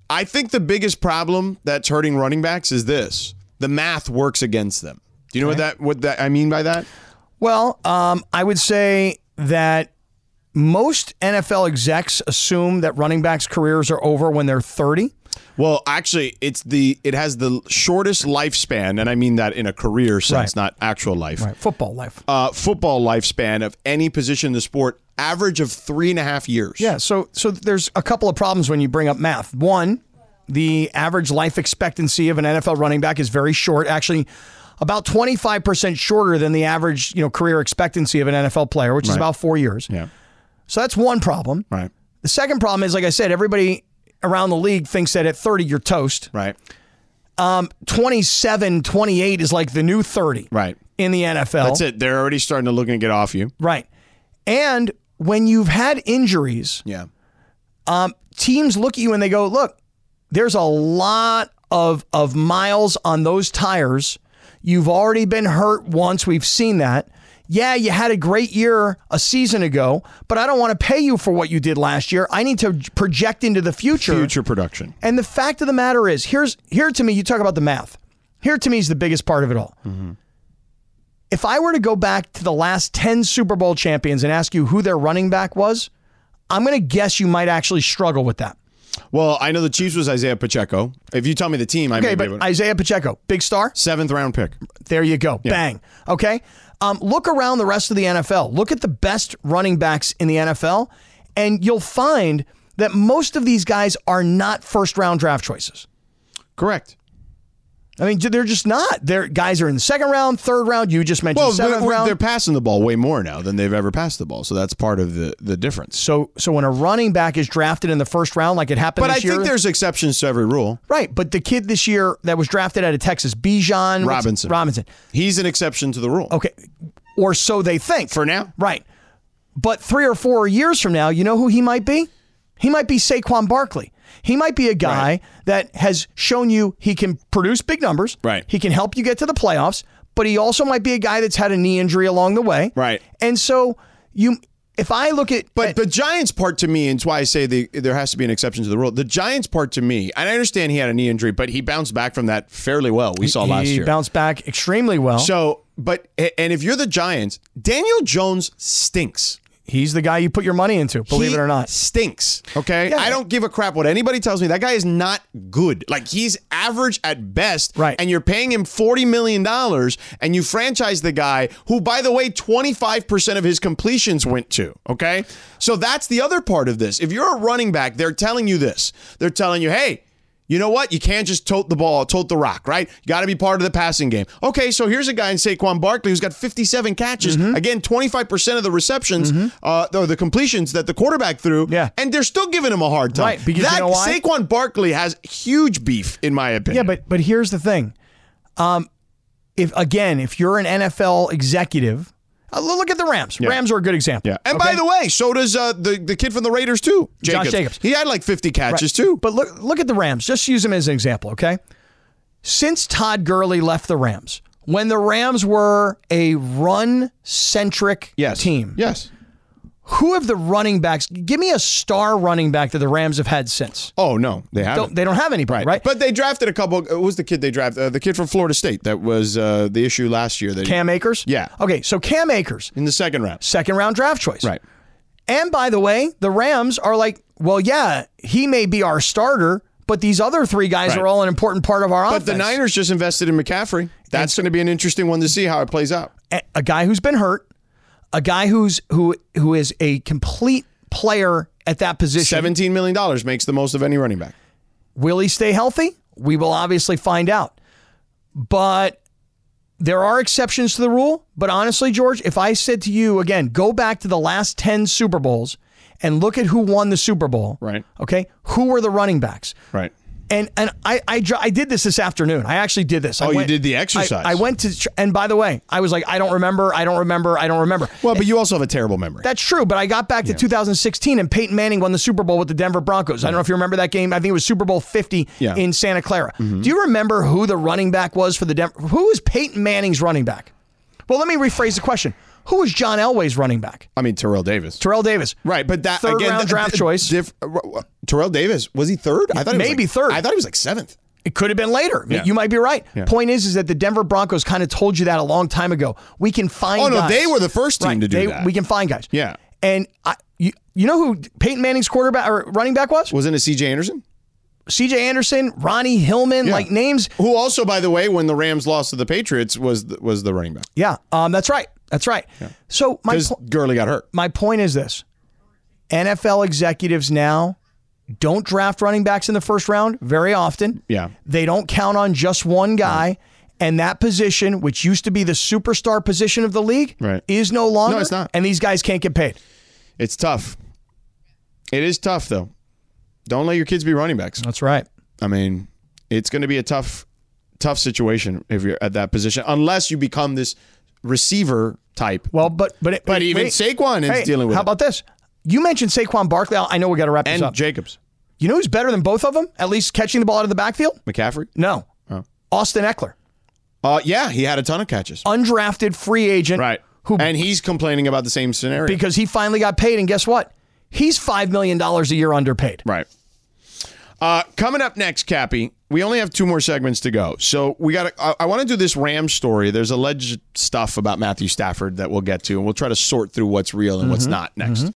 [SPEAKER 3] I think the biggest problem that's hurting running backs is this: the math works against them. Do you know what that what that I mean by that?
[SPEAKER 4] Well, um, I would say that most NFL execs assume that running backs' careers are over when they're 30.
[SPEAKER 3] Well, actually, it's the it has the shortest lifespan, and I mean that in a career sense,
[SPEAKER 4] Right.
[SPEAKER 3] not actual life.
[SPEAKER 4] Right. Football life.
[SPEAKER 3] uh, football lifespan of any position in the sport, average of three and a half years.
[SPEAKER 4] Yeah, so so there's a couple of problems when you bring up math. One, the average life expectancy of an NFL running back is very short, actually about 25% shorter than the average, you know, career expectancy of an NFL player, which is about 4 years.
[SPEAKER 3] Yeah.
[SPEAKER 4] So that's one problem.
[SPEAKER 3] Right.
[SPEAKER 4] The second problem is like I said everybody around the league thinks that at 30 you're toast.
[SPEAKER 3] Right.
[SPEAKER 4] Um, 27, 28 is like the new 30.
[SPEAKER 3] Right.
[SPEAKER 4] In the NFL.
[SPEAKER 3] That's it. They're already starting to look and get off you.
[SPEAKER 4] Right. And when you've had injuries,
[SPEAKER 3] yeah.
[SPEAKER 4] um, teams look at you and they go, look, there's a lot of of miles on those tires. You've already been hurt once. We've seen that. Yeah, you had a great year a season ago, but I don't want to pay you for what you did last year. I need to project into the future.
[SPEAKER 3] Future production.
[SPEAKER 4] And the fact of the matter is, here's here to me, you talk about the math. Here to me is the biggest part of it all. Mm-hmm. If I were to go back to the last 10 Super Bowl champions and ask you who their running back was, I'm going to guess you might actually struggle with that.
[SPEAKER 3] Well, I know the Chiefs was Isaiah Pacheco. If you tell me the team, I
[SPEAKER 4] okay,
[SPEAKER 3] may
[SPEAKER 4] but
[SPEAKER 3] be able to-
[SPEAKER 4] Isaiah Pacheco, big star,
[SPEAKER 3] seventh round pick.
[SPEAKER 4] There you go, bang. Okay, um, look around the rest of the NFL. Look at the best running backs in the NFL, and you'll find that most of these guys are not first round draft choices.
[SPEAKER 3] Correct.
[SPEAKER 4] I mean, they're just not. They're guys are in the second round, third round. You just mentioned
[SPEAKER 3] Well,
[SPEAKER 4] seventh
[SPEAKER 3] they're,
[SPEAKER 4] round.
[SPEAKER 3] they're passing the ball way more now than they've ever passed the ball, so that's part of the the difference.
[SPEAKER 4] So, so when a running back is drafted in the first round, like it happened
[SPEAKER 3] but I
[SPEAKER 4] this year,
[SPEAKER 3] think there's exceptions to every rule.
[SPEAKER 4] right. But the kid this year that was drafted out of Texas, Bijan what's-
[SPEAKER 3] Robinson.
[SPEAKER 4] Robinson.
[SPEAKER 3] He's an exception to the rule.
[SPEAKER 4] Okay. Or so they think.
[SPEAKER 3] For now.
[SPEAKER 4] Right. But three or four years from now, you know who he might be? He might be Saquon Barkley. He might be a guy that has shown you he can produce big numbers. Right. He can help you get to the playoffs, but he also might be a guy that's had a knee injury along the way.
[SPEAKER 3] Right.
[SPEAKER 4] And so you if I look at
[SPEAKER 3] But the Giants part to me, and it's why I say the, there has to be an exception to the rule. The Giants part to me, and I understand he had a knee injury, but he bounced back from that fairly well. We saw last
[SPEAKER 4] he
[SPEAKER 3] year.
[SPEAKER 4] bounced back extremely well.
[SPEAKER 3] So, but and if you're the Giants, Daniel Jones stinks.
[SPEAKER 4] He's the guy you put your money into, believe
[SPEAKER 3] He
[SPEAKER 4] it or not.
[SPEAKER 3] Stinks. Okay. I don't give a crap what anybody tells me. That guy is not good. Like he's average at best. Right. And you're paying him $40 million and you franchise the guy who, by the way, 25% of his completions went to. Okay. So that's the other part of this. If you're a running back, they're telling you this. They're telling you, hey, you know what? You can't just tote the ball, tote the rock, right? You got to be part of the passing game. Okay, so here's a guy in Saquon Barkley who's got 57 catches.
[SPEAKER 4] Mm-hmm.
[SPEAKER 3] Again, 25% of the receptions uh, or the completions that the quarterback threw. Yeah. And they're still giving him a hard time.
[SPEAKER 4] Right, because you
[SPEAKER 3] that,
[SPEAKER 4] know why?
[SPEAKER 3] Saquon Barkley has huge beef, in my opinion.
[SPEAKER 4] Yeah, but but here's the thing. Um, if again, if you're an NFL executive, uh, lo- look at the Rams. Rams are a good example. Yeah.
[SPEAKER 3] And by the way, so does uh, the, the kid from the Raiders, too,
[SPEAKER 4] Josh Jacobs.
[SPEAKER 3] He had like 50 catches, too.
[SPEAKER 4] But look look at the Rams. Just use them as an example, okay? Since Todd Gurley left the Rams, when the Rams were a run centric team.
[SPEAKER 3] Yes.
[SPEAKER 4] Who have the running backs? Give me a star running back that the Rams have had since.
[SPEAKER 3] Oh no, they haven't.
[SPEAKER 4] Don't, they don't have any, right? right?
[SPEAKER 3] But they drafted a couple. uh, What was the kid they drafted? Uh, the kid from Florida State that was uh, the issue last year. That
[SPEAKER 4] Cam Akers?
[SPEAKER 3] Yeah.
[SPEAKER 4] Okay, so Cam Akers.
[SPEAKER 3] In the second round.
[SPEAKER 4] Second round draft choice.
[SPEAKER 3] Right.
[SPEAKER 4] And by the way, the Rams are like, well, yeah, he may be our starter, but these other three guys
[SPEAKER 3] Right.
[SPEAKER 4] are all an important part of our
[SPEAKER 3] But
[SPEAKER 4] offense.
[SPEAKER 3] the Niners just invested in McCaffrey. That's going to be an interesting one to see how it plays out.
[SPEAKER 4] a, a guy who's been hurt, a guy who's who who is a complete player at that position.
[SPEAKER 3] Seventeen million dollars makes the most of any running back.
[SPEAKER 4] Will he stay healthy? We will obviously find out. But there are exceptions to the rule. But honestly, George, if I said to you again, go back to the last 10 Super Bowls and look at who won the Super Bowl. Right. Okay. Who were the running backs?
[SPEAKER 3] Right.
[SPEAKER 4] And and I I, dr- I did this this afternoon. I actually did this. I
[SPEAKER 3] Oh, you did the
[SPEAKER 4] I-
[SPEAKER 3] exercise.
[SPEAKER 4] I, went to tr- and by the way, I was like, I don't remember. I don't remember. I don't remember.
[SPEAKER 3] Well, but you also have a terrible memory.
[SPEAKER 4] That's true. But I got back to 2016 and Peyton Manning won the Super Bowl with the Denver Broncos. I don't know if you remember that game. I think it was Super Bowl 50
[SPEAKER 3] Yeah. Mm-hmm.
[SPEAKER 4] in Santa Clara. Do you remember who the running back was for the Denver? Who was Peyton Manning's running back? Well, let me rephrase the question. Who was John Elway's running back?
[SPEAKER 3] I mean Terrell Davis.
[SPEAKER 4] Terrell Davis.
[SPEAKER 3] Right, but that
[SPEAKER 4] third
[SPEAKER 3] again,
[SPEAKER 4] round
[SPEAKER 3] th-
[SPEAKER 4] draft
[SPEAKER 3] th-
[SPEAKER 4] choice.
[SPEAKER 3] diff- uh, Terrell Davis was he third? I thought he was
[SPEAKER 4] Maybe
[SPEAKER 3] like-
[SPEAKER 4] third.
[SPEAKER 3] I thought he was like seventh.
[SPEAKER 4] It could have been later.
[SPEAKER 3] Yeah.
[SPEAKER 4] You might be right.
[SPEAKER 3] Yeah.
[SPEAKER 4] Point is, is that the Denver Broncos kind of told you that a long time ago. We can find.
[SPEAKER 3] Oh no,
[SPEAKER 4] guys.
[SPEAKER 3] they were the first team
[SPEAKER 4] Right.
[SPEAKER 3] to do
[SPEAKER 4] They-
[SPEAKER 3] that.
[SPEAKER 4] We can find guys.
[SPEAKER 3] yeah,
[SPEAKER 4] And I, you, you know who Peyton Manning's quarterback or running back was?
[SPEAKER 3] wasn't it C.J. Anderson?
[SPEAKER 4] C.J. Anderson, Ronnie Hillman,
[SPEAKER 3] Yeah.
[SPEAKER 4] like names.
[SPEAKER 3] Who also, by the way, when the Rams lost to the Patriots, was the, was the running back
[SPEAKER 4] Yeah, um, that's right. That's right. So my
[SPEAKER 3] because
[SPEAKER 4] po-
[SPEAKER 3] Gurley got hurt.
[SPEAKER 4] my point is this: NFL executives now don't draft running backs in the first round very often.
[SPEAKER 3] Yeah.
[SPEAKER 4] They don't count on just one guy. And that position, which used to be the superstar position of the league,
[SPEAKER 3] Right.
[SPEAKER 4] is no longer.
[SPEAKER 3] it's not.
[SPEAKER 4] And these guys can't get paid.
[SPEAKER 3] It's tough. It is tough though. Don't let your kids be running backs.
[SPEAKER 4] That's right.
[SPEAKER 3] I mean, it's going to be a tough, tough situation if you're at that position, unless you become this receiver type.
[SPEAKER 4] Well, but but it,
[SPEAKER 3] but even
[SPEAKER 4] wait.
[SPEAKER 3] Saquon is
[SPEAKER 4] Hey,
[SPEAKER 3] dealing with
[SPEAKER 4] How
[SPEAKER 3] it.
[SPEAKER 4] about this? You mentioned Saquon Barkley. I know we got to wrap this
[SPEAKER 3] and
[SPEAKER 4] up.
[SPEAKER 3] Jacobs,
[SPEAKER 4] You know who's better than both of them? At least catching the ball out of the backfield?
[SPEAKER 3] McCaffrey.
[SPEAKER 4] No.
[SPEAKER 3] Oh.
[SPEAKER 4] Austin Eckler,
[SPEAKER 3] Uh, yeah, he had a ton of catches.
[SPEAKER 4] undrafted free agent.
[SPEAKER 3] Right.
[SPEAKER 4] Oh, Who
[SPEAKER 3] and he's complaining about the same scenario.
[SPEAKER 4] because he finally got paid, and guess what? He's five million dollars a year underpaid.
[SPEAKER 3] Right. Uh, coming up next, Cappy, we only have two more segments to go. So we got. I, I want to do this Ram story. There's alleged stuff about Matthew Stafford that we'll get to, and we'll try to sort through what's real and what's not next.